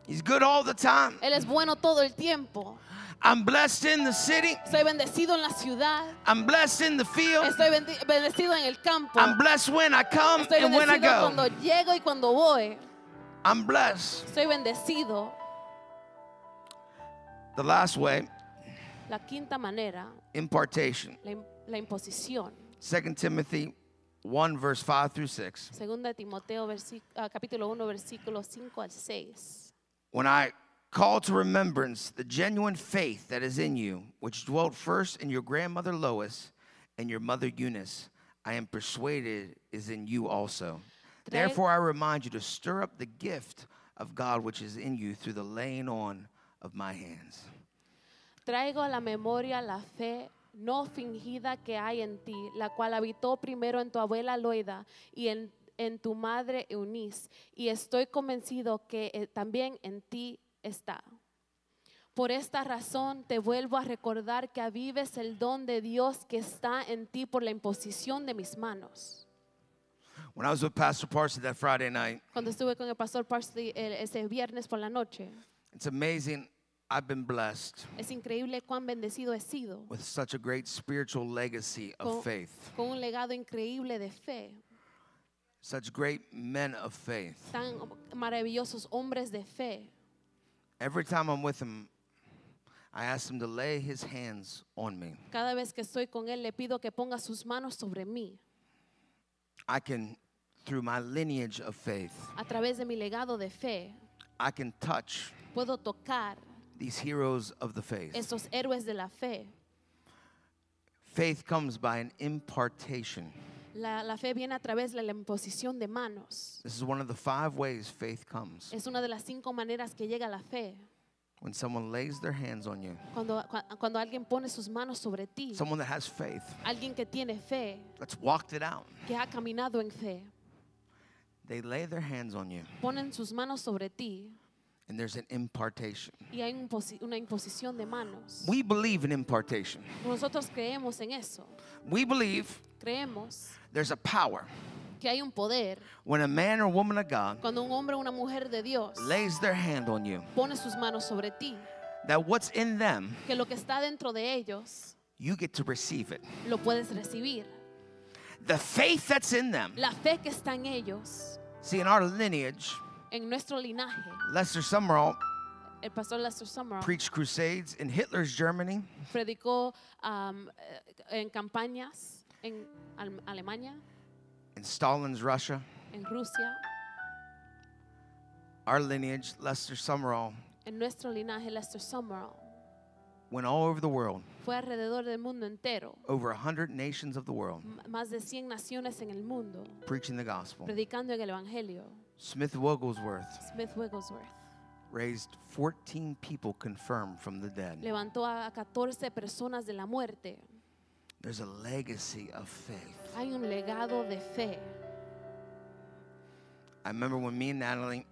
He's good all the time.
Él es bueno todo el tiempo.
I'm blessed in the city.
Soy bendecido en la ciudad.
I'm blessed in the field.
Estoy bendi- bendecido en el campo.
I'm blessed when I come
Estoy
and when I
bendecido
go.
cuando llego y cuando voy.
I'm blessed.
Soy bendecido.
The last way,
La quinta manera,
impartation.
la, im- la imposición.
2 Timothy 1, verse 5 through 6.
Segunda de Timoteo, versi- ah, capítulo 1, versículo 5 al 6.
When I call to remembrance the genuine faith that is in you, which dwelt first in your grandmother Lois and your mother Eunice, I am persuaded is in you also. Therefore, I remind you to stir up the gift of God which is in you through the laying on of my hands.
Traigo a la memoria la fe no fingida que hay en ti, la cual habitó primero en tu abuela Loida y en, en tu madre Eunice, y estoy convencido que eh, también en ti está. Por esta razón te vuelvo a recordar que avives el don de Dios que está en ti por la imposición de mis manos.
When I was with Pastor Parson that Friday night,
Cuando estuve con el pastor Parsley el- ese viernes por la noche,
it's amazing. I've been blessed
es increíble cuán bendecido he sido
with such a great spiritual legacy of
Con-
faith,
con un legado increíble de fe.
such great men of faith.
tan maravillosos hombres de fe.
Every time I'm with him, I ask him to lay his hands on me.
Cada vez que estoy con él le pido que ponga sus manos sobre mí
I can, through my lineage of faith,
a través de mi legado de fe.
I can touch
Puedo tocar
these heroes of the faith.
esos héroes de la fe.
Faith comes by an impartation.
La, la fe viene a través de la imposición de manos.
This is one of the five ways faith comes.
Es una de las cinco maneras que llega la fe.
When someone lays their hands on you,
Cuando, cua- cuando alguien pone sus manos sobre ti,
someone that has faith,
alguien que tiene fe,
that's walked it out,
que ha caminado en fe,
they lay their hands on you,
ponen sus manos sobre ti
and there's an impartation.
y hay un posi- una imposición de manos.
We believe in impartation.
Nosotros creemos en eso.
We believe
Creemos
there's a power
que hay un poder
when a man or woman of God
cuando un hombre o una mujer de Dios
lays their hand on you,
pone sus manos sobre ti,
that what's in them,
que lo que está dentro de ellos
you get to receive it.
lo puedes recibir.
The faith that's in them.
La fe que está en ellos,
See, in our lineage,
en nuestro linaje,
Lester Summerall
el pastor Lester Summerall
preached crusades in Hitler's Germany.
predicó um, eh, en campañas en Al- Alemania,
In Stalin's Russia,
en Rusia.
our lineage, Lester Summerall
En nuestro linaje, Lester Summerall
went all over the world,
fue alrededor del mundo entero,
over 100 nations of the world,
m- más de 100 naciones en el mundo,
preaching the gospel.
predicando en el Evangelio.
Smith Wigglesworth
Smith Wigglesworth
raised 14 people confirmed from the dead.
levantó a 14 personas de la muerte.
There's a legacy of faith.
Hay un legado de fe.
I remember when me and Natalie,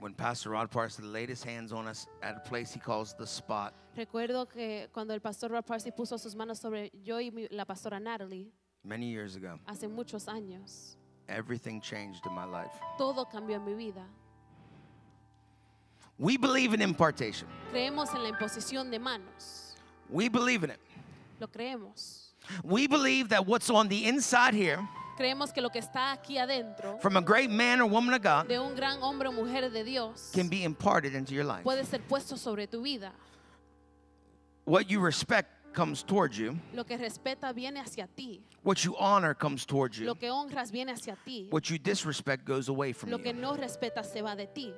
when Pastor Rod Parsley laid his hands on us at a place he calls the spot,
Recuerdo que cuando el pastor Rob Parsley puso sus manos sobre yo y mi- la pastora Natalie
many years ago,
hace muchos años,
everything changed in my life.
todo cambió en mi vida.
We believe in impartation,
Creemos en la imposición de manos,
we believe in it.
lo creemos.
We believe that what's on the inside here
Creemos que lo que está aquí adentro
from a great man or woman of God
de un gran hombre o mujer de Dios
can be imparted into your life.
puede ser puesto sobre tu vida.
What you respect comes towards you,
Lo que respeta viene hacia ti,
what you honor comes towards you,
lo que honras viene hacia ti,
what you disrespect goes away from
lo que
you.
no respetas se va de ti,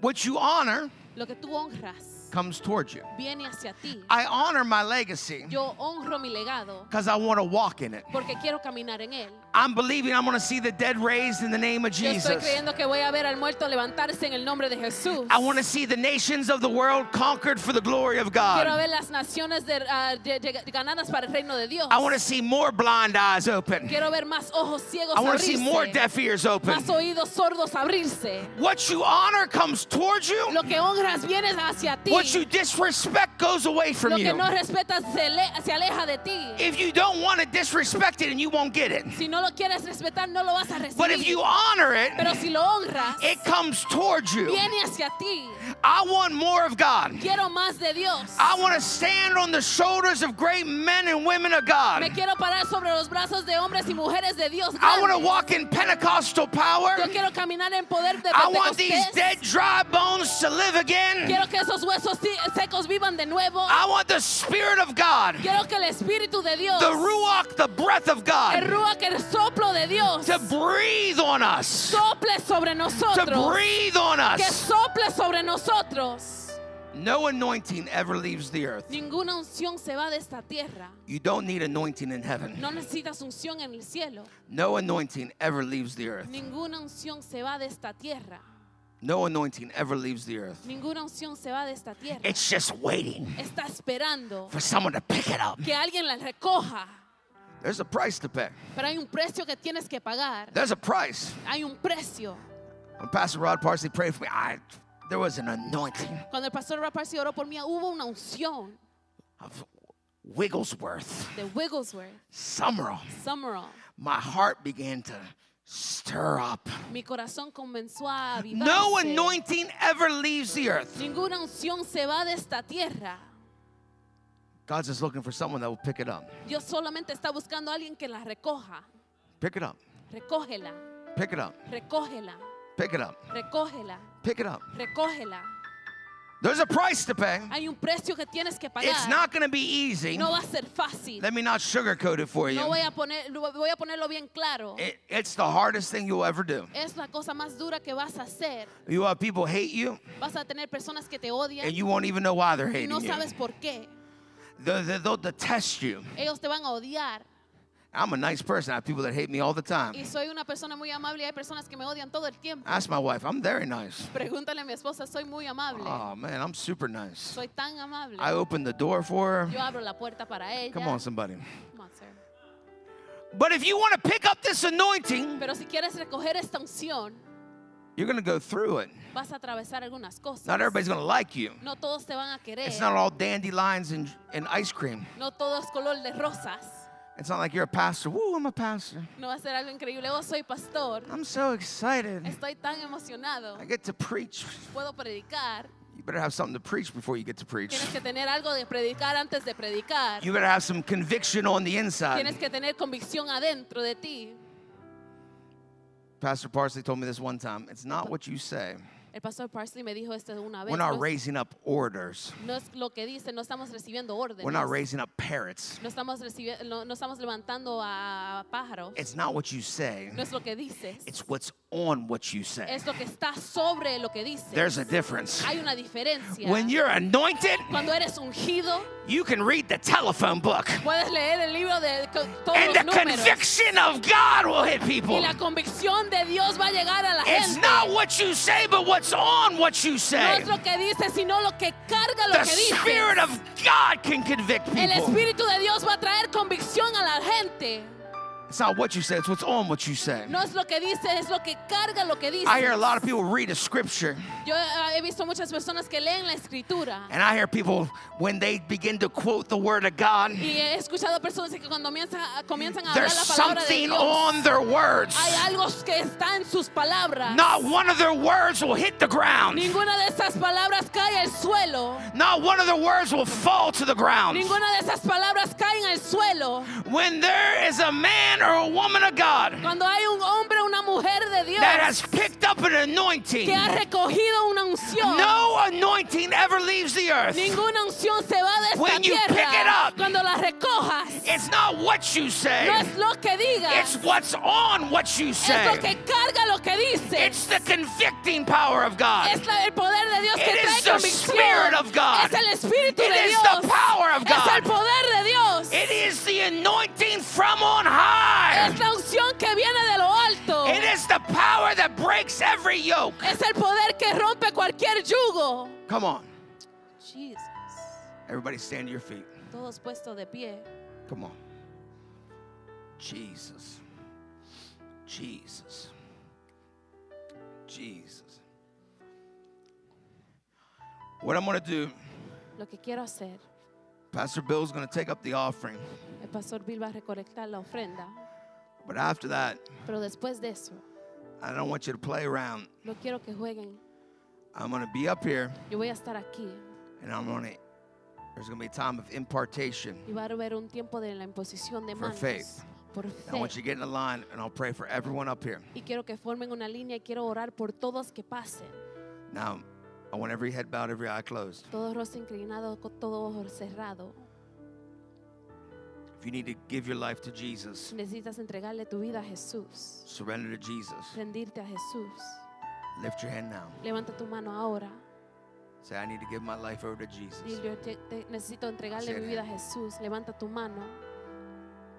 What you honor
lo que tú honras
comes towards you.
viene hacia ti.
I honor my legacy
Yo honro mi legado
because I want to walk in it.
porque quiero caminar en él.
I'm believing I'm going to see the dead raised in the name of
Yo estoy
Jesus.
creyendo que voy a ver al muerto levantarse en el nombre de Jesús.
I want to see the nations of the world conquered for the glory of
Quiero
God.
ver las naciones de- ah, de- de- ganadas para el reino de Dios.
I want to see more blind eyes open.
Quiero ver más ojos ciegos
I want to
abrirse,
see more deaf ears open.
más oídos sordos abrirse.
What you honor comes towards you.
Lo que honras viene hacia ti.
What you disrespect goes away
Lo
from
que
you.
no respetas se, ale- se aleja de ti.
If you don't want to disrespect it and you won't get it.
Si no lo quieres respetar, no lo vas a recibir.
But if you honor it,
Pero si lo honras,
it comes towards you.
viene hacia ti.
I want more of God.
Quiero más de Dios.
I want to stand on the shoulders of great men and women of God.
Me quiero parar sobre los brazos de hombres y mujeres de Dios.
I want to
grandes.
walk in Pentecostal power.
Yo quiero caminar en poder de
I want these
Pentecostés.
dead, dry bones to live again.
Quiero que esos huesos si- secos vivan de nuevo.
I want the Spirit of God, the
Quiero que el Espíritu de Dios,
Ruach, the breath of
el
God,
Ruach, el soplo de Dios,
to breathe on us.
sople sobre
To
nosotros.
breathe on
Que
us.
sople sobre nosotros.
No anointing ever leaves the earth.
Ninguna unción se va de esta tierra.
You don't need anointing in heaven.
No necesitas unción en el cielo.
No anointing ever leaves the earth.
Ninguna unción se va de esta tierra.
No anointing ever leaves the earth.
Ninguna unción se va de esta tierra.
It's just waiting
Está esperando
for someone to pick it up.
que alguien la recoja.
There's a price to pay.
Pero hay un precio que tienes que pagar.
There's a price.
Hay un precio.
When Pastor Rod Parsley prayed for me, I, there was an anointing
Cuando el pastor Raparsi oró por mí, hubo una unción
of Wigglesworth,
de Wigglesworth,
Summerall.
Summerall.
My heart began to stir up.
Mi corazón comenzó a avivarse.
No anointing ever leaves the earth.
Ninguna unción se va de esta tierra.
God's just looking for someone that will pick it up.
Dios solamente está buscando a alguien que la recoja.
Pick it up.
Recógela,
Pick it up.
recógela,
Pick it up.
recógela,
Pick it up.
recógela.
There's a price to pay.
Hay un precio que tienes que pagar.
It's not going to be easy.
no va a ser fácil.
Let me not sugarcoat it for
No
you. Eh.
voy a, poner, lo- voy a ponerlo bien claro.
It, it's the hardest thing you'll ever do.
es la cosa más dura que vas a hacer.
You have people hate you,
Vas a tener personas que te odian
and you won't even know why they're
y
hating
no
you.
sabes por qué.
They'll, they'll- they'll detest you.
Ellos te van a odiar.
I'm a nice person. I have people that hate me all the time.
Y soy una persona muy amable y hay personas que me odian todo el tiempo.
Ask my wife. I'm very nice.
Pregúntale a mi esposa, soy muy amable.
Oh man, I'm super nice.
Soy tan amable.
I opened the door for her.
Yo abro la puerta para ella.
Come on, somebody.
Come on, sir.
But if you want to pick up this anointing,
Pero si quieres recoger esta unción,
you're gonna go through it.
vas a atravesar algunas cosas.
Not everybody's gonna like you.
No todos te van a querer.
It's not all dandelions and, and ice cream.
No todo es color de rosas.
It's not like you're a pastor. Woo, I'm a pastor.
No va a ser algo increíble. Oh, soy pastor.
I'm so excited.
Estoy tan emocionado.
I get to preach.
Puedo predicar.
You better have something to preach before you get to preach.
Tienes que tener algo de predicar antes de predicar.
You better have some conviction on the
Tienes
inside.
que tener convicción adentro de ti.
Pastor Parsley told me this one time. It's not what you say.
El pastor Parsley me dijo esto una vez.
We're
No
not
es,
raising up orders.
no es lo que dice, no estamos recibiendo órdenes.
We're not raising up parrots.
No estamos, recibi- no, no estamos levantando a pájaros.
It's not what you say.
No es lo que dices.
It's what's on what you say.
Es lo que está sobre lo que dices.
There's a difference.
Hay una diferencia.
When you're anointed,
Cuando eres ungido,
you can read the telephone book.
puedes leer el libro de co- todos
And
los
the
números.
conviction of God will hit
Y
people.
la convicción de Dios va a llegar a la
It's
gente.
not what you say, but what's on what you
no
say.
es lo que dices, sino lo que carga lo
The
que dices.
Spirit of God can convict
el
people.
Espíritu de Dios va a traer convicción a la gente.
It's not what you said, it's what's on what you said.
No es lo que dice, es lo que carga lo que dice.
I hear a lot of people read a scripture,
Yo eh, he visto muchas personas que leen la escritura
and I hear people, when they begin to quote the word of God,
y he escuchado personas que cuando comienzan, comienzan a hablar
there's
la palabra de
something
Dios,
on their words.
hay algo que está en sus palabras.
Not one of their words will hit the ground.
Ninguna de esas palabras cae al suelo.
Not one of their words will fall to the ground.
Ninguna de esas palabras caen al suelo.
When there is a man or a woman of God
Cuando hay un hombre o una mujer de Dios
that has picked up an anointing,
que ha recogido una unción,
no anointing ever leaves the earth.
ninguna unción se va de esta
When you
tierra.
pick it up,
Cuando la recojas,
It's not what you say,
no es lo que digas,
it's what's on what you
es lo
say.
que carga lo que
It's
dices.
the convicting power of God.
Es la- el poder de Dios que
It
trae
is the
convicción.
Spirit of God.
Es el Espíritu
It
de
is
Dios.
the power of
Es el
God.
poder de Dios.
It is the anointing from on high.
Es la unción que viene de lo alto.
It is the power that breaks every yoke.
Es el poder que rompe cualquier yugo.
Come on.
Jesus.
Everybody stand to your feet.
Todos puestos de pie.
Come on. Jesus. Jesus. Jesus. What I'm going to do,
Lo que quiero hacer,
Pastor Bill's going to take up the offering.
el pastor Bill va a recolectar la ofrenda.
But after that,
Pero después de eso,
I don't want you to play around.
no quiero que jueguen.
I'm going to be up here
Yo voy a estar aquí
and I'm going to, there's going to be a time of impartation.
y va a haber un tiempo de la imposición de
For
manos.
faith.
Por
I want you to
fe.
get in a line and I'll pray for everyone up here.
Y quiero que formen una línea y quiero orar por todos que pasen.
Now, I want every head bowed, every eye closed.
Todo rostro inclinado, co- todo ojo cerrado.
If you need to give your life to Jesus,
Necesitas entregarle tu vida a Jesús.
surrender to Jesus.
Rendirte a Jesús.
Lift your hand now.
Levanta tu mano ahora.
Say, I need to give my life over to Jesus.
Dile, yo te- te- necesito entregarle
Hacer.
mi vida a Jesús. Levanta tu mano.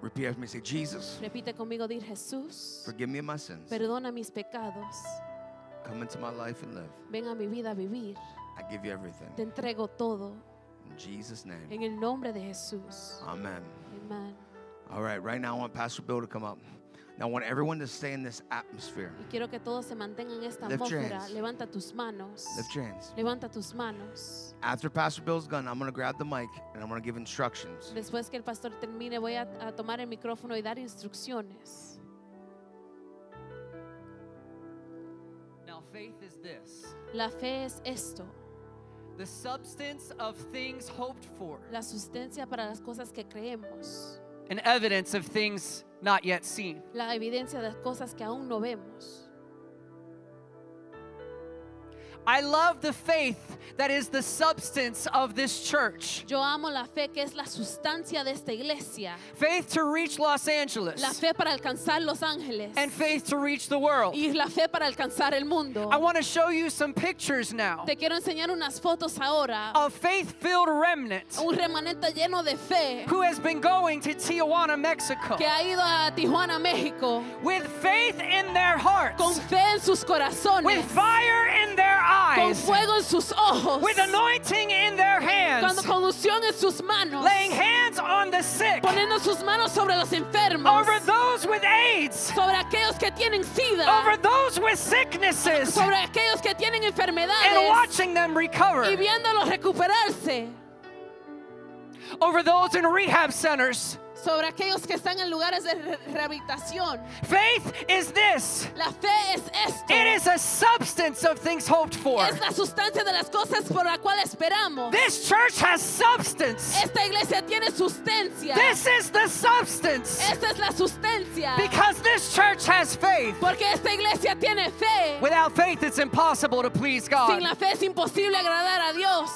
Repeat after me. Say, Jesus,
Repite conmigo, dir Jesús,
forgive me of my sins.
perdona mis pecados,
Come into my life and live.
ven a mi vida a vivir,
I give you everything.
te entrego todo
In Jesus' name.
en el nombre de Jesús.
Amen.
Amén.
All right, right now I want Pastor Bill to come up. Now I want everyone to stay in this atmosphere.
Y quiero que todos se mantengan en esta
Lift your
atmósfera.
hands.
Levanta tus manos.
Lift your hands.
Levanta tus manos.
After Pastor Bill's done, I'm going to grab the mic and I'm going to give instructions.
Después que el pastor termine, voy a, a tomar el micrófono y dar instrucciones.
Now, faith is this
La fe es esto,
the substance of things hoped for,
la sustancia para las cosas que creemos,
an evidence of things not yet seen.
la evidencia de las cosas que aún no vemos.
I love the faith that is the substance of this church.
Yo amo la fe que es la sustancia de esta iglesia.
Faith to reach Los Angeles
La fe para alcanzar Los Ángeles.
and faith to reach the world.
y la fe para alcanzar el mundo.
I want to show you some pictures now
Te quiero enseñar unas fotos ahora.
of faith filled remnant
Un remanente lleno de fe
who has been going to Tijuana, Mexico
que ha ido a Tijuana, México.
with faith in their
Con
hearts,
fe en sus
with
corazones.
fire in their
Con
eyes,
fuego en sus ojos.
with anointing in their hands.
Cuando con unción en sus manos.
laying hands on the sick,
Poniendo sus manos sobre los enfermos.
over those with AIDS,
Sobre aquellos que tienen sida.
over those with sicknesses,
Sobre aquellos que tienen
and
enfermedades.
watching them
Y
recover,
viéndolos recuperarse.
over those in rehab centers.
Sobre aquellos que están en lugares de re- rehabilitación.
Faith is this
La fe es esto.
it is a substance of things hoped for.
Es la sustancia de las cosas por la cual esperamos.
This church has substance.
Esta iglesia tiene sustancia.
This is the substance
Esta es la sustancia.
because this church has faith.
Porque esta iglesia tiene fe.
Without faith, it's impossible to please
Sin
God.
la fe es imposible agradar a Dios.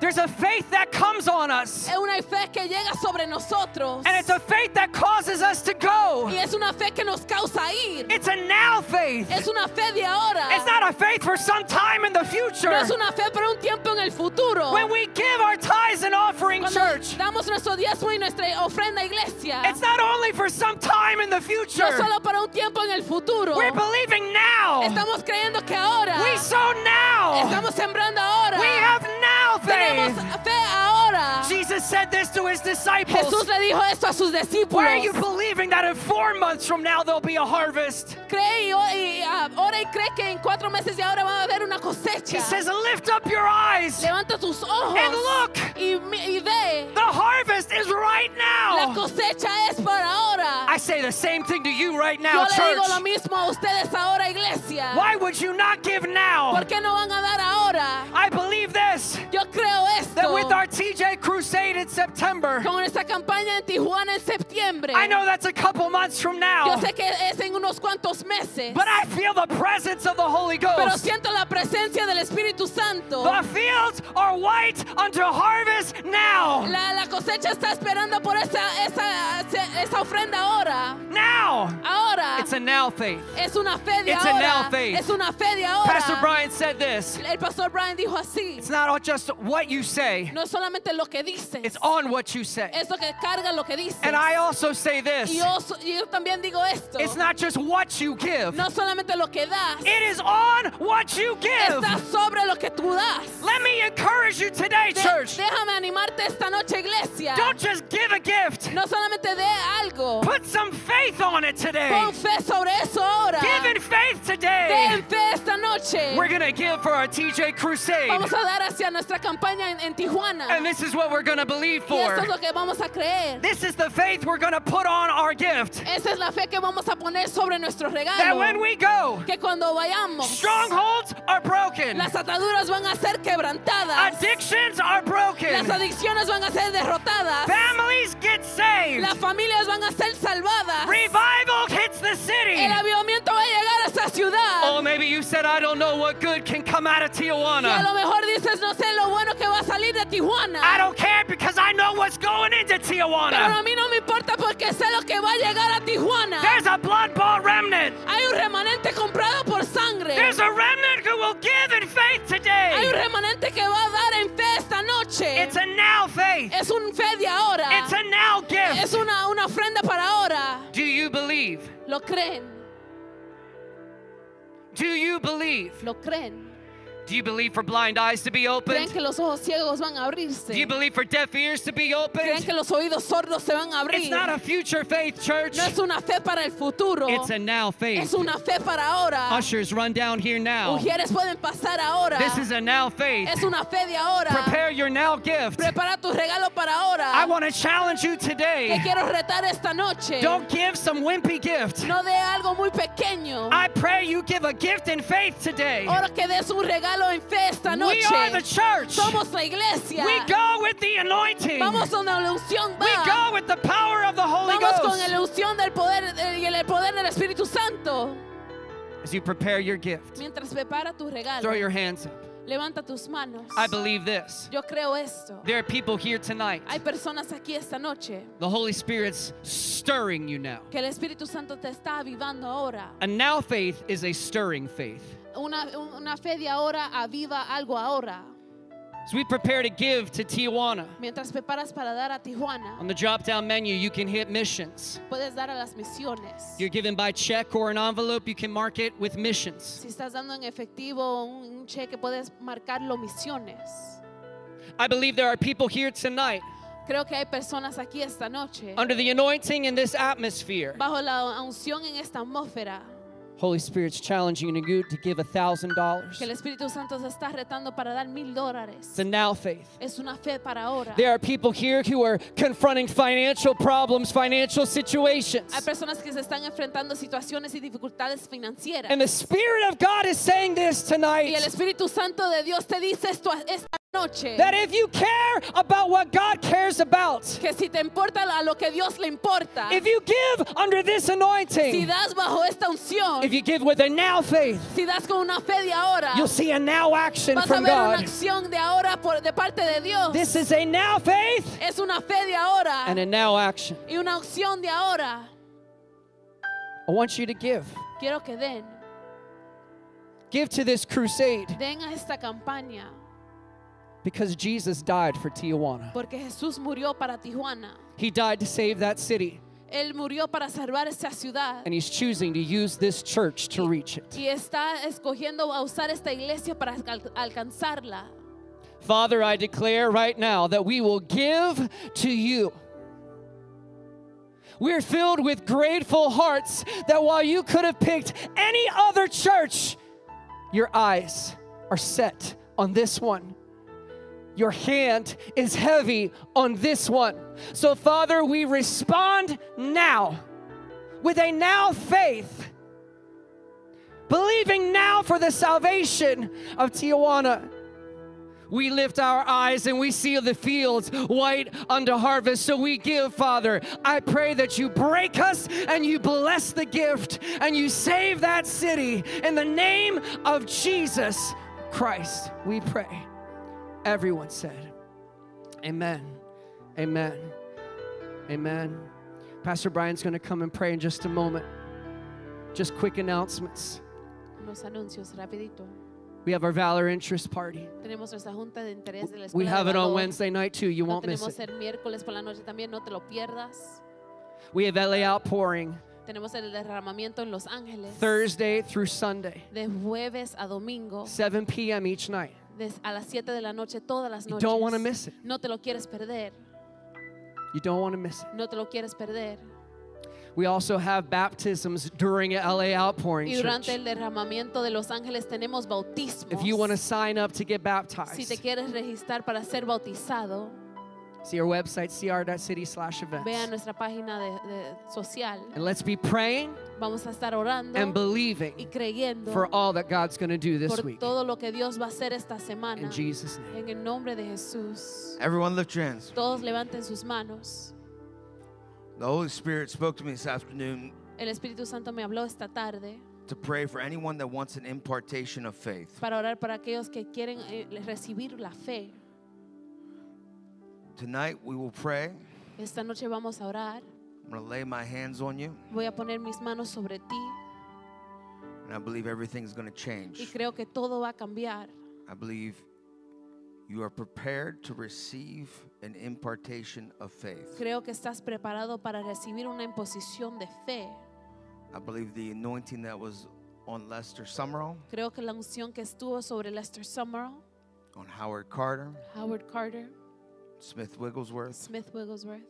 There's a faith that comes on us,
Es una fe que llega sobre nosotros.
and it's a faith that causes us to go.
Y es una fe que nos causa ir.
It's a now faith.
Es una fe de ahora.
It's not a faith for some time in the
No
future.
es una fe para un tiempo en el futuro.
When we give our tithes and offering,
Cuando
church,
damos nuestro diezmo y nuestra ofrenda a iglesia.
it's not only for some time in the
No
future.
solo para un tiempo en el futuro.
We're believing now.
Estamos creyendo que ahora
We sow now.
estamos sembrando ahora.
We have now
Tenemos
faith.
fe ahora.
Jesus said this to his
Jesús
disciples.
le dijo esto a sus
Why
discípulos.
are you believing believing that in four months from now there'll be a harvest.
Cree y, o- y, ah, ora y cree que en cuatro meses de ahora va a haber una cosecha.
He says, Lift up your eyes. The
Levanta tus ojos
And look.
y, mi- y ve.
harvest is right
La
now.
cosecha es para ahora.
I say the same thing to you right
Yo
now,
le digo lo
church.
mismo a ustedes ahora, iglesia.
Why would you not give now?
¿Por qué no van a dar ahora?
I believe this
Yo creo
that
esto.
with our TJ crusade in September,
Con esta campaña en Tijuana en septiembre.
I know that's a couple months from
Yo
now,
sé que es en unos cuantos meses.
but I feel the presence of the Holy
pero
Ghost.
siento la presencia del Espíritu Santo.
The fields are white unto harvest now.
La, la cosecha está esperando por esa, esa, esa- esa ofrenda ahora. Ah.
Now.
Ahora
It's a now faith.
es una fe de
it's a
ahora.
now faith.
Es una fe de ahora.
Pastor Brian said this.
El pastor Brian dijo así.
It's not all just what you say,
No es solamente lo que dices.
it's on what you say.
es lo que carga lo que dices.
And I also say this
y yo, so- y yo también digo esto.
it's not just what you give,
no solamente lo que das.
it is on what you give.
está sobre lo que tú das.
Let me encourage you today,
De-
church.
déjame animarte esta noche, iglesia.
Don't just give a gift,
no solamente de algo.
put some faith on it today.
Pon fe sobre eso ahora.
Give in faith today.
Ten fe esta noche.
We're going to give for our TJ Crusade.
Vamos a dar hacia nuestra campaña en, en Tijuana.
And this is what we're going to believe
y esto
for.
es lo que vamos a creer.
This is the faith we're going to put on our gift.
Esa es la fe que vamos a poner sobre nuestro
That
regalo.
when we go,
que cuando vayamos,
strongholds are broken,
las ataduras van a ser quebrantadas.
addictions are broken,
Las adicciones van a ser derrotadas.
families get saved,
Las familias van a ser salvadas.
revival hits the city.
El avivamiento va a llegar a esa ciudad.
Oh, maybe you said, I don't know what good can come out of
Y a
Tijuana.
lo mejor dices, no sé lo bueno que va a salir de
I
Tijuana.
don't care because I know what's going into
Pero a
Tijuana.
mí no me importa porque sé lo que va a llegar a Tijuana.
There's a blood bought remnant.
Hay un remanente comprado por sangre.
There's a remnant who will give in faith
Hay un
today.
remanente que va a dar en fe esta noche.
It's a now faith.
Es un fe de ahora.
It's a now
Es
gift.
una, una ofrenda para ahora.
Do you believe?
Lo creen,
Do you believe?
lo creen.
Do you believe for blind eyes to be
Creen
opened?
que los ojos ciegos van a
Do you
abrirse.
believe for deaf ears to be
Creen que
opened?
los oídos sordos se van a
It's
abrir.
not a future faith, church.
No es una fe para el futuro.
It's a now faith.
Es una fe para ahora.
Ushers, run down here now.
Mujeres pueden pasar ahora.
This is a now faith.
Es una fe de ahora.
Prepare your now gift.
Prepara tu regalo para
I
ahora.
want to challenge you
Te
today.
quiero retar esta noche.
Don't give some wimpy gift.
No de algo muy pequeño.
I pray you give a gift in faith today.
Ahora que des un regalo en fe esta
We are the
noche.
church.
Somos la iglesia.
We go with the anointing.
Vamos con la unción
We
va.
go with the power of the Holy
Vamos con
Ghost.
la unción del poder del- y el poder del Espíritu Santo.
As you prepare your gift,
Mientras prepara tu regalo,
throw your hands up.
levanta tus manos.
I believe this.
Yo creo esto.
There are people here tonight.
Hay personas aquí esta noche
The Holy Spirit's stirring you now.
que el Espíritu Santo te está avivando ahora.
A now faith is a stirring faith.
Una, una fe de ahora aviva algo ahora.
As we prepare to give to Tijuana,
Mientras preparas para dar a Tijuana,
on the drop down menu, you can hit missions.
puedes dar a las misiones.
If you're given by check or an envelope, you can mark it with missions.
Si estás dando en efectivo un, un cheque, puedes marcarlo misiones.
I believe there are people here tonight
Creo que hay personas aquí esta noche
under the anointing in this atmosphere.
bajo la unción en esta atmósfera
Holy Spirit's challenging you to give a thousand dollars.
que el Espíritu Santo se está retando para dar mil dólares.
It's a now faith.
Es una fe para ahora.
There are people here who are confronting financial problems, financial situations.
Hay personas que se están enfrentando situaciones y dificultades financieras.
And the Spirit of God is saying this
Y el
tonight
Espíritu Santo de Dios te dice esto a- esta noche.
that if you care about what God cares about,
Que si te importa a lo que Dios le importa,
if you give under this
si
anointing,
das bajo esta unción,
if you give with a now faith,
si das con una fe de ahora,
you'll see a now action
vas a
from
ver una
God.
acción de ahora por, de parte de Dios.
This is a now faith
es una fe de ahora
and a now action.
y una acción de ahora.
I want you to give.
Quiero que den,
Give to this crusade
den a esta campaña,
because Jesus died for Tijuana.
porque Jesús murió para Tijuana.
He died to save that city,
Él murió para salvar esta ciudad
and He's choosing to use this church to reach it.
y está escogiendo a usar esta iglesia para alca- alcanzarla.
Father, I declare right now that we will give to you. We're filled with grateful hearts that while you could have picked any other church, your eyes are set on this one. Your hand is heavy on this one. So, Father, we respond now with a now faith, believing now for the salvation of Tijuana. We lift our eyes and we see the fields white unto harvest. So we give, Father. I pray that you break us and you bless the gift and you save that city. In the name of Jesus Christ, we pray. Everyone said, Amen. Amen. Amen. Pastor Brian's going to come and pray in just a moment. Just quick announcements.
Los anuncios, rapidito.
We have our Valor Interest Party.
Tenemos nuestra junta de interés de la Escuela
We
de
have it on
Valor.
Wednesday night too. You
Lo
won't miss
tenemos
it.
el miércoles por la noche también, no te lo pierdas.
We have LA Outpouring
Tenemos el derramamiento en Los Ángeles.
Thursday through Sunday,
de jueves a domingo
7 p.m. each night.
des- a las 7 de la noche todas las
You
noches.
don't wanna miss it.
No te lo quieres perder.
You don't want to miss it.
No te lo quieres perder.
We also have baptisms during LA Outpouring
Y
Church.
durante el derramamiento de Los Ángeles tenemos bautismos.
If you want to sign up to get
si te
baptized,
quieres registrar para ser bautizado,
see our website cr.city slash
ve a
events.
nuestra página de, de- social.
And let's be praying
Vamos a estar orando
and
y
believing
creyendo
for all that God's going to do this
por
week.
todo lo que Dios va a hacer esta semana.
In Jesus' name.
En el nombre de Jesús.
Everyone lift your hands.
Todos levanten sus manos.
The Holy Spirit spoke to me this afternoon
El Espíritu Santo me habló esta tarde
to pray for anyone that wants an impartation of faith.
para orar para aquellos que quieren eh, recibir la fe.
Tonight we will pray.
Esta noche vamos a orar.
I'm going to lay my hands on you,
Voy a poner mis manos sobre ti
and I believe everything's going to
y
change.
creo que todo va a cambiar.
I believe you are prepared to receive an impartation of faith.
Creo que estás preparado para recibir una imposición de fe.
I believe the anointing that was on Lester Summerall,
Creo que la unción que estuvo sobre Lester Summerall,
on Howard Carter,
Howard Carter,
Smith Wigglesworth,
Smith Wigglesworth,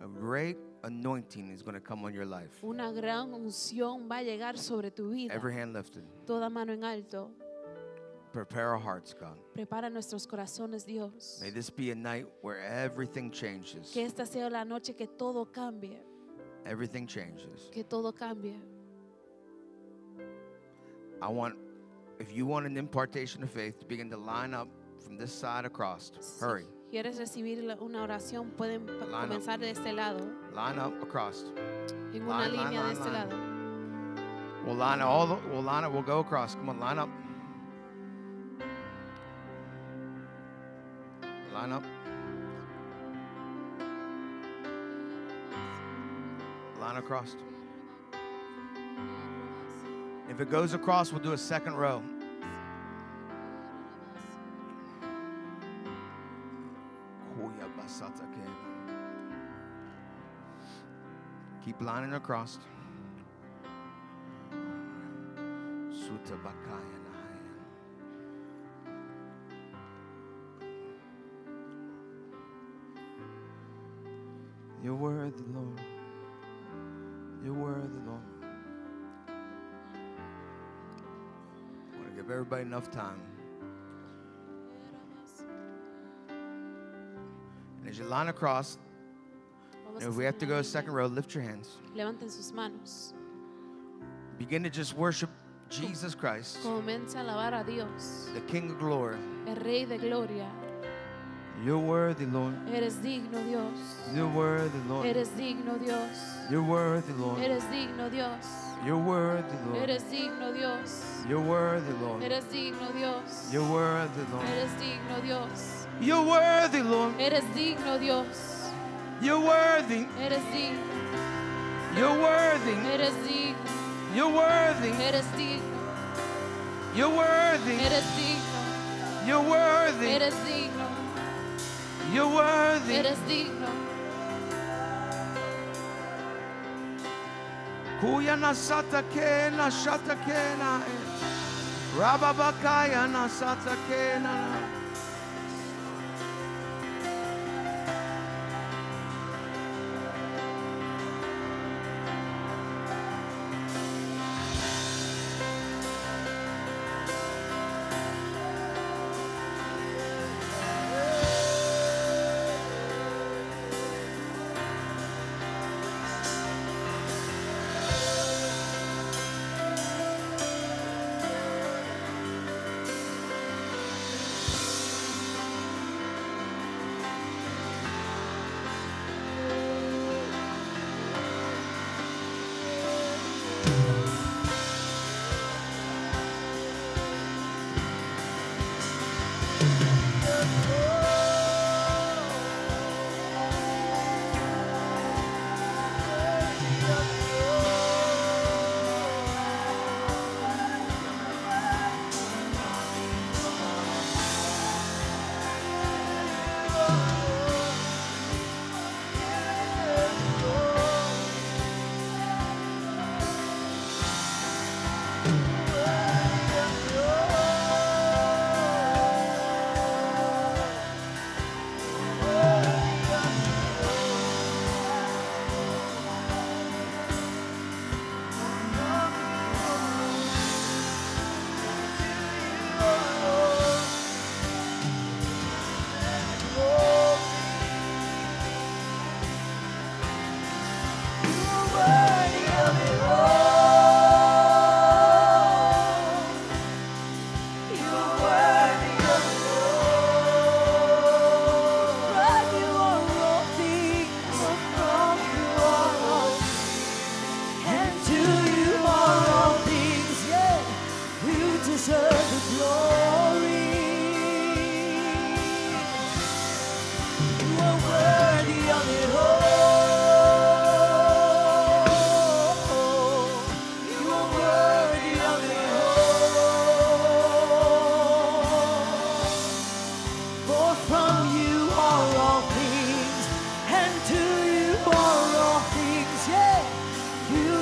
a great anointing is going to come on your life.
una gran unción va a llegar sobre tu vida.
Every hand lifted.
Toda mano en alto.
Prepare our hearts, God.
Prepara nuestros corazones, Dios.
May this be a night where everything changes.
Que esta sea la noche que todo cambie.
Everything changes.
Que todo cambie.
I want, if you want an impartation of faith, to begin to line up from this side across. Hurry.
Si quieres recibir la- una oración, pueden pa-
Line up.
comenzar de este lado.
Line up across.
En una
Line, line,
línea de
line,
este
line.
lado.
We'll line up all the, we'll line up, we'll go across. Come on, line up. Line up. Line across. If it goes across, we'll do a second row. Keep lining across. You're worthy, Lord. You're worthy, Lord. I want to give everybody enough time. And as you line across,
Vamos
and
a
if we
hacer
have to
una
go
línea.
second row, lift your hands.
Levanten sus manos.
Begin to just worship Jesus Christ,
Comienza a alabar a Dios,
the King of Glory.
el Rey de Gloria.
You're worthy, Lord.
Eres digno, Dios.
You're worthy, Lord.
Eres digno, Dios.
You're worthy, Lord.
Eres digno, Dios.
You're worthy, Lord.
Eres digno, Dios.
You're worthy, Lord.
Eres digno, Dios.
You're worthy, Lord.
Eres digno, Dios.
You're worthy, Lord.
Eres digno, Dios.
You're worthy.
Eres digno,
You're worthy.
eres digno,
You're worthy.
eres digno,
You're worthy.
eres digno,
You're worthy.
eres digno,
You're worthy.
eres digno.
Kuya na satake na shatake na e. Rababakaya na satake na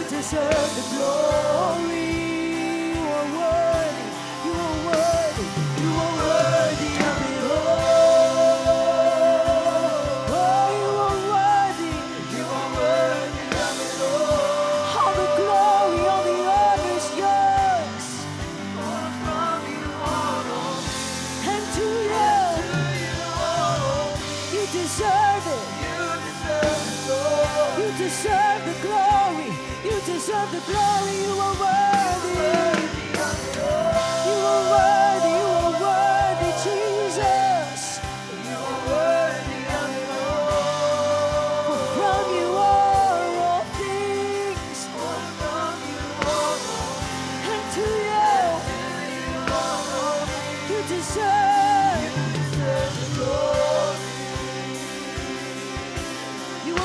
deserve the glory. You are worthy. You are worthy. You are worthy of it all. Oh, you are worthy. You are worthy of it all. All the glory, all the honor is yours. For from you all, and to you, you deserve it. You deserve the glory. You deserve the glory. You are worthy. You are worthy. You are worthy, Jesus. You are worthy of it all. For from you are all things. For from you are all things. And to you, you deserve. You deserve the glory. You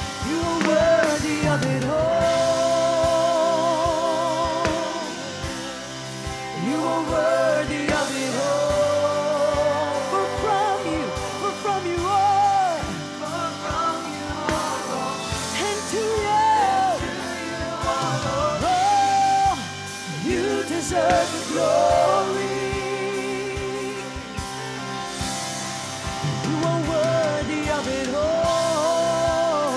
are worthy. You are worthy of it all. You are worthy of it all. For from you, for from you are, for from you are, and to you, oh, you deserve the glory. You are worthy of it all.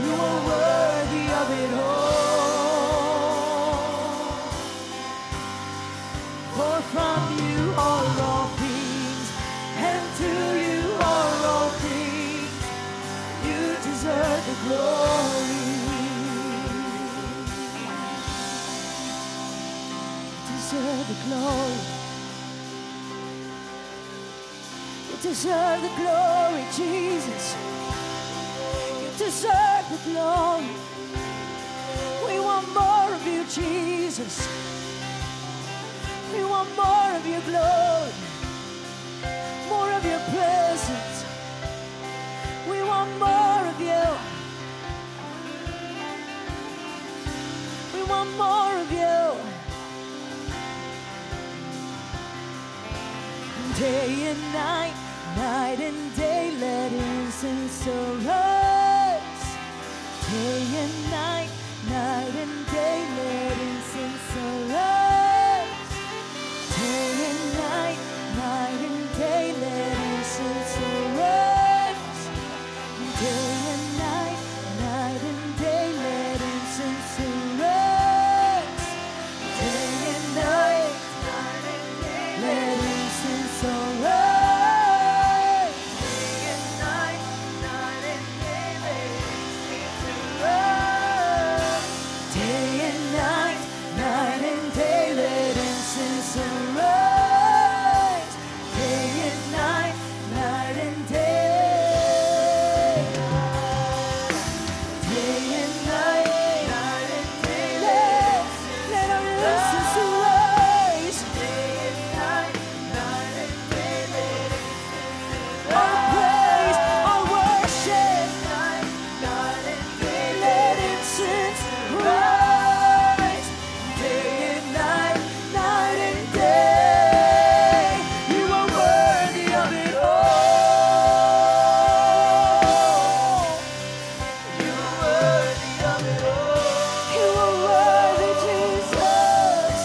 You are worthy of it all. For from you are all things, and to you are all things. You deserve the glory. You deserve the glory. You deserve the glory, Jesus. You deserve the glory. We want more of you, Jesus. We want more of your glory, more of your presence. We want more of you. We want more of you. day and night, night and day, let incense arise. Day and night, night and day, let incense arise. Day and night, night and day, let incense arise. Day and night, night and day, let incense arise. Day and night, night and day, let incense arise. Day and night, night and day, let incense arise. Day and night, night and day, let incense arise. Day and night, night and day. Day and night, night and day, let let our incense arise. Day and night, night and day, let our praise, our worship, night, night and day, let incense rise. Day and night, night and day, you are worthy of it all. You are worthy of it all. You are worthy, Jesus.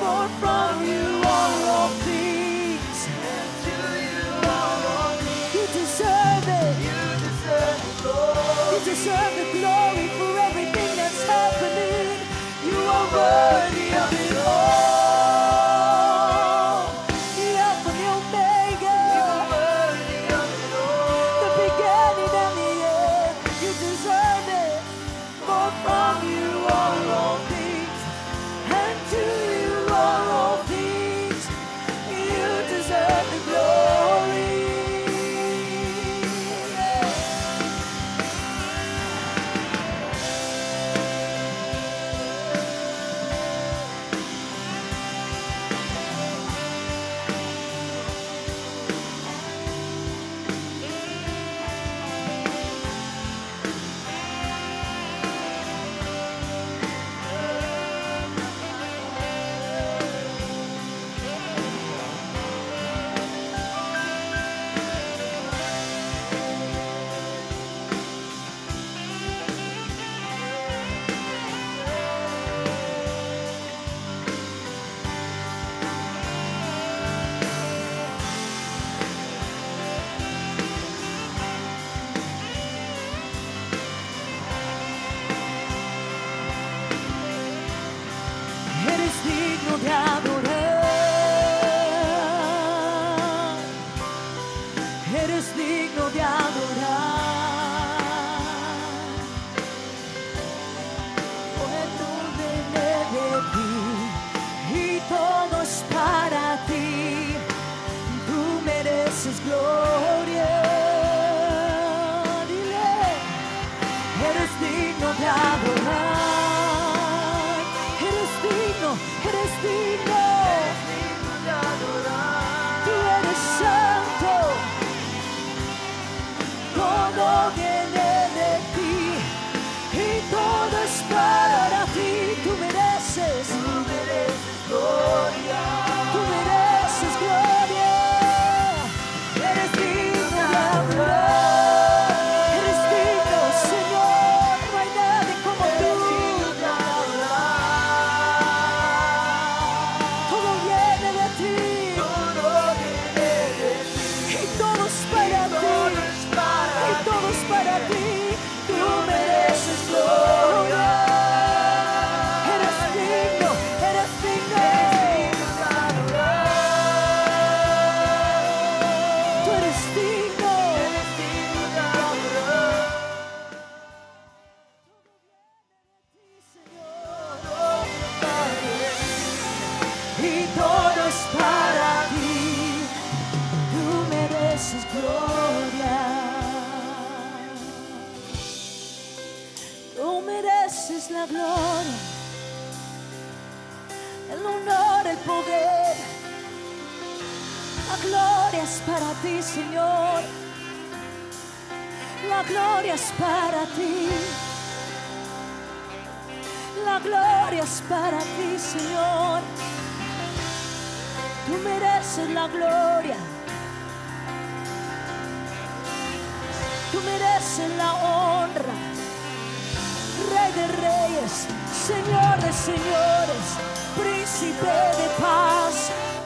For from you are all things. And to you are all things. You deserve it. You deserve the glory. You deserve the glory for everything that's happening. You are worthy of it all. The Alpha and the Omega. You are worthy of it all. The beginning and the end. You deserve it. For from you are all things. And to you are all things. You deserve the glory. todo viene de ti y todo es para ti. Tú mereces, tú mereces gloria, tú mereces gloria. Eres digno de hablar, eres digno, Señor. No hay nadie como tú. Todo viene de ti, todo viene de ti y todo es para ti. Y todos para ti, tú mereces gloria. Eres digno, eres digno. Tú eres digno, eres digno de Señor. Y todo es para ti. Tú mereces gloria. Tú mereces la gloria, el honor, el poder. La gloria es para ti, Señor. La gloria es para ti. La gloria es para ti, Señor. Tú mereces la gloria. tú mereces la honra. Rey de reyes, Señor de señores, príncipe de paz,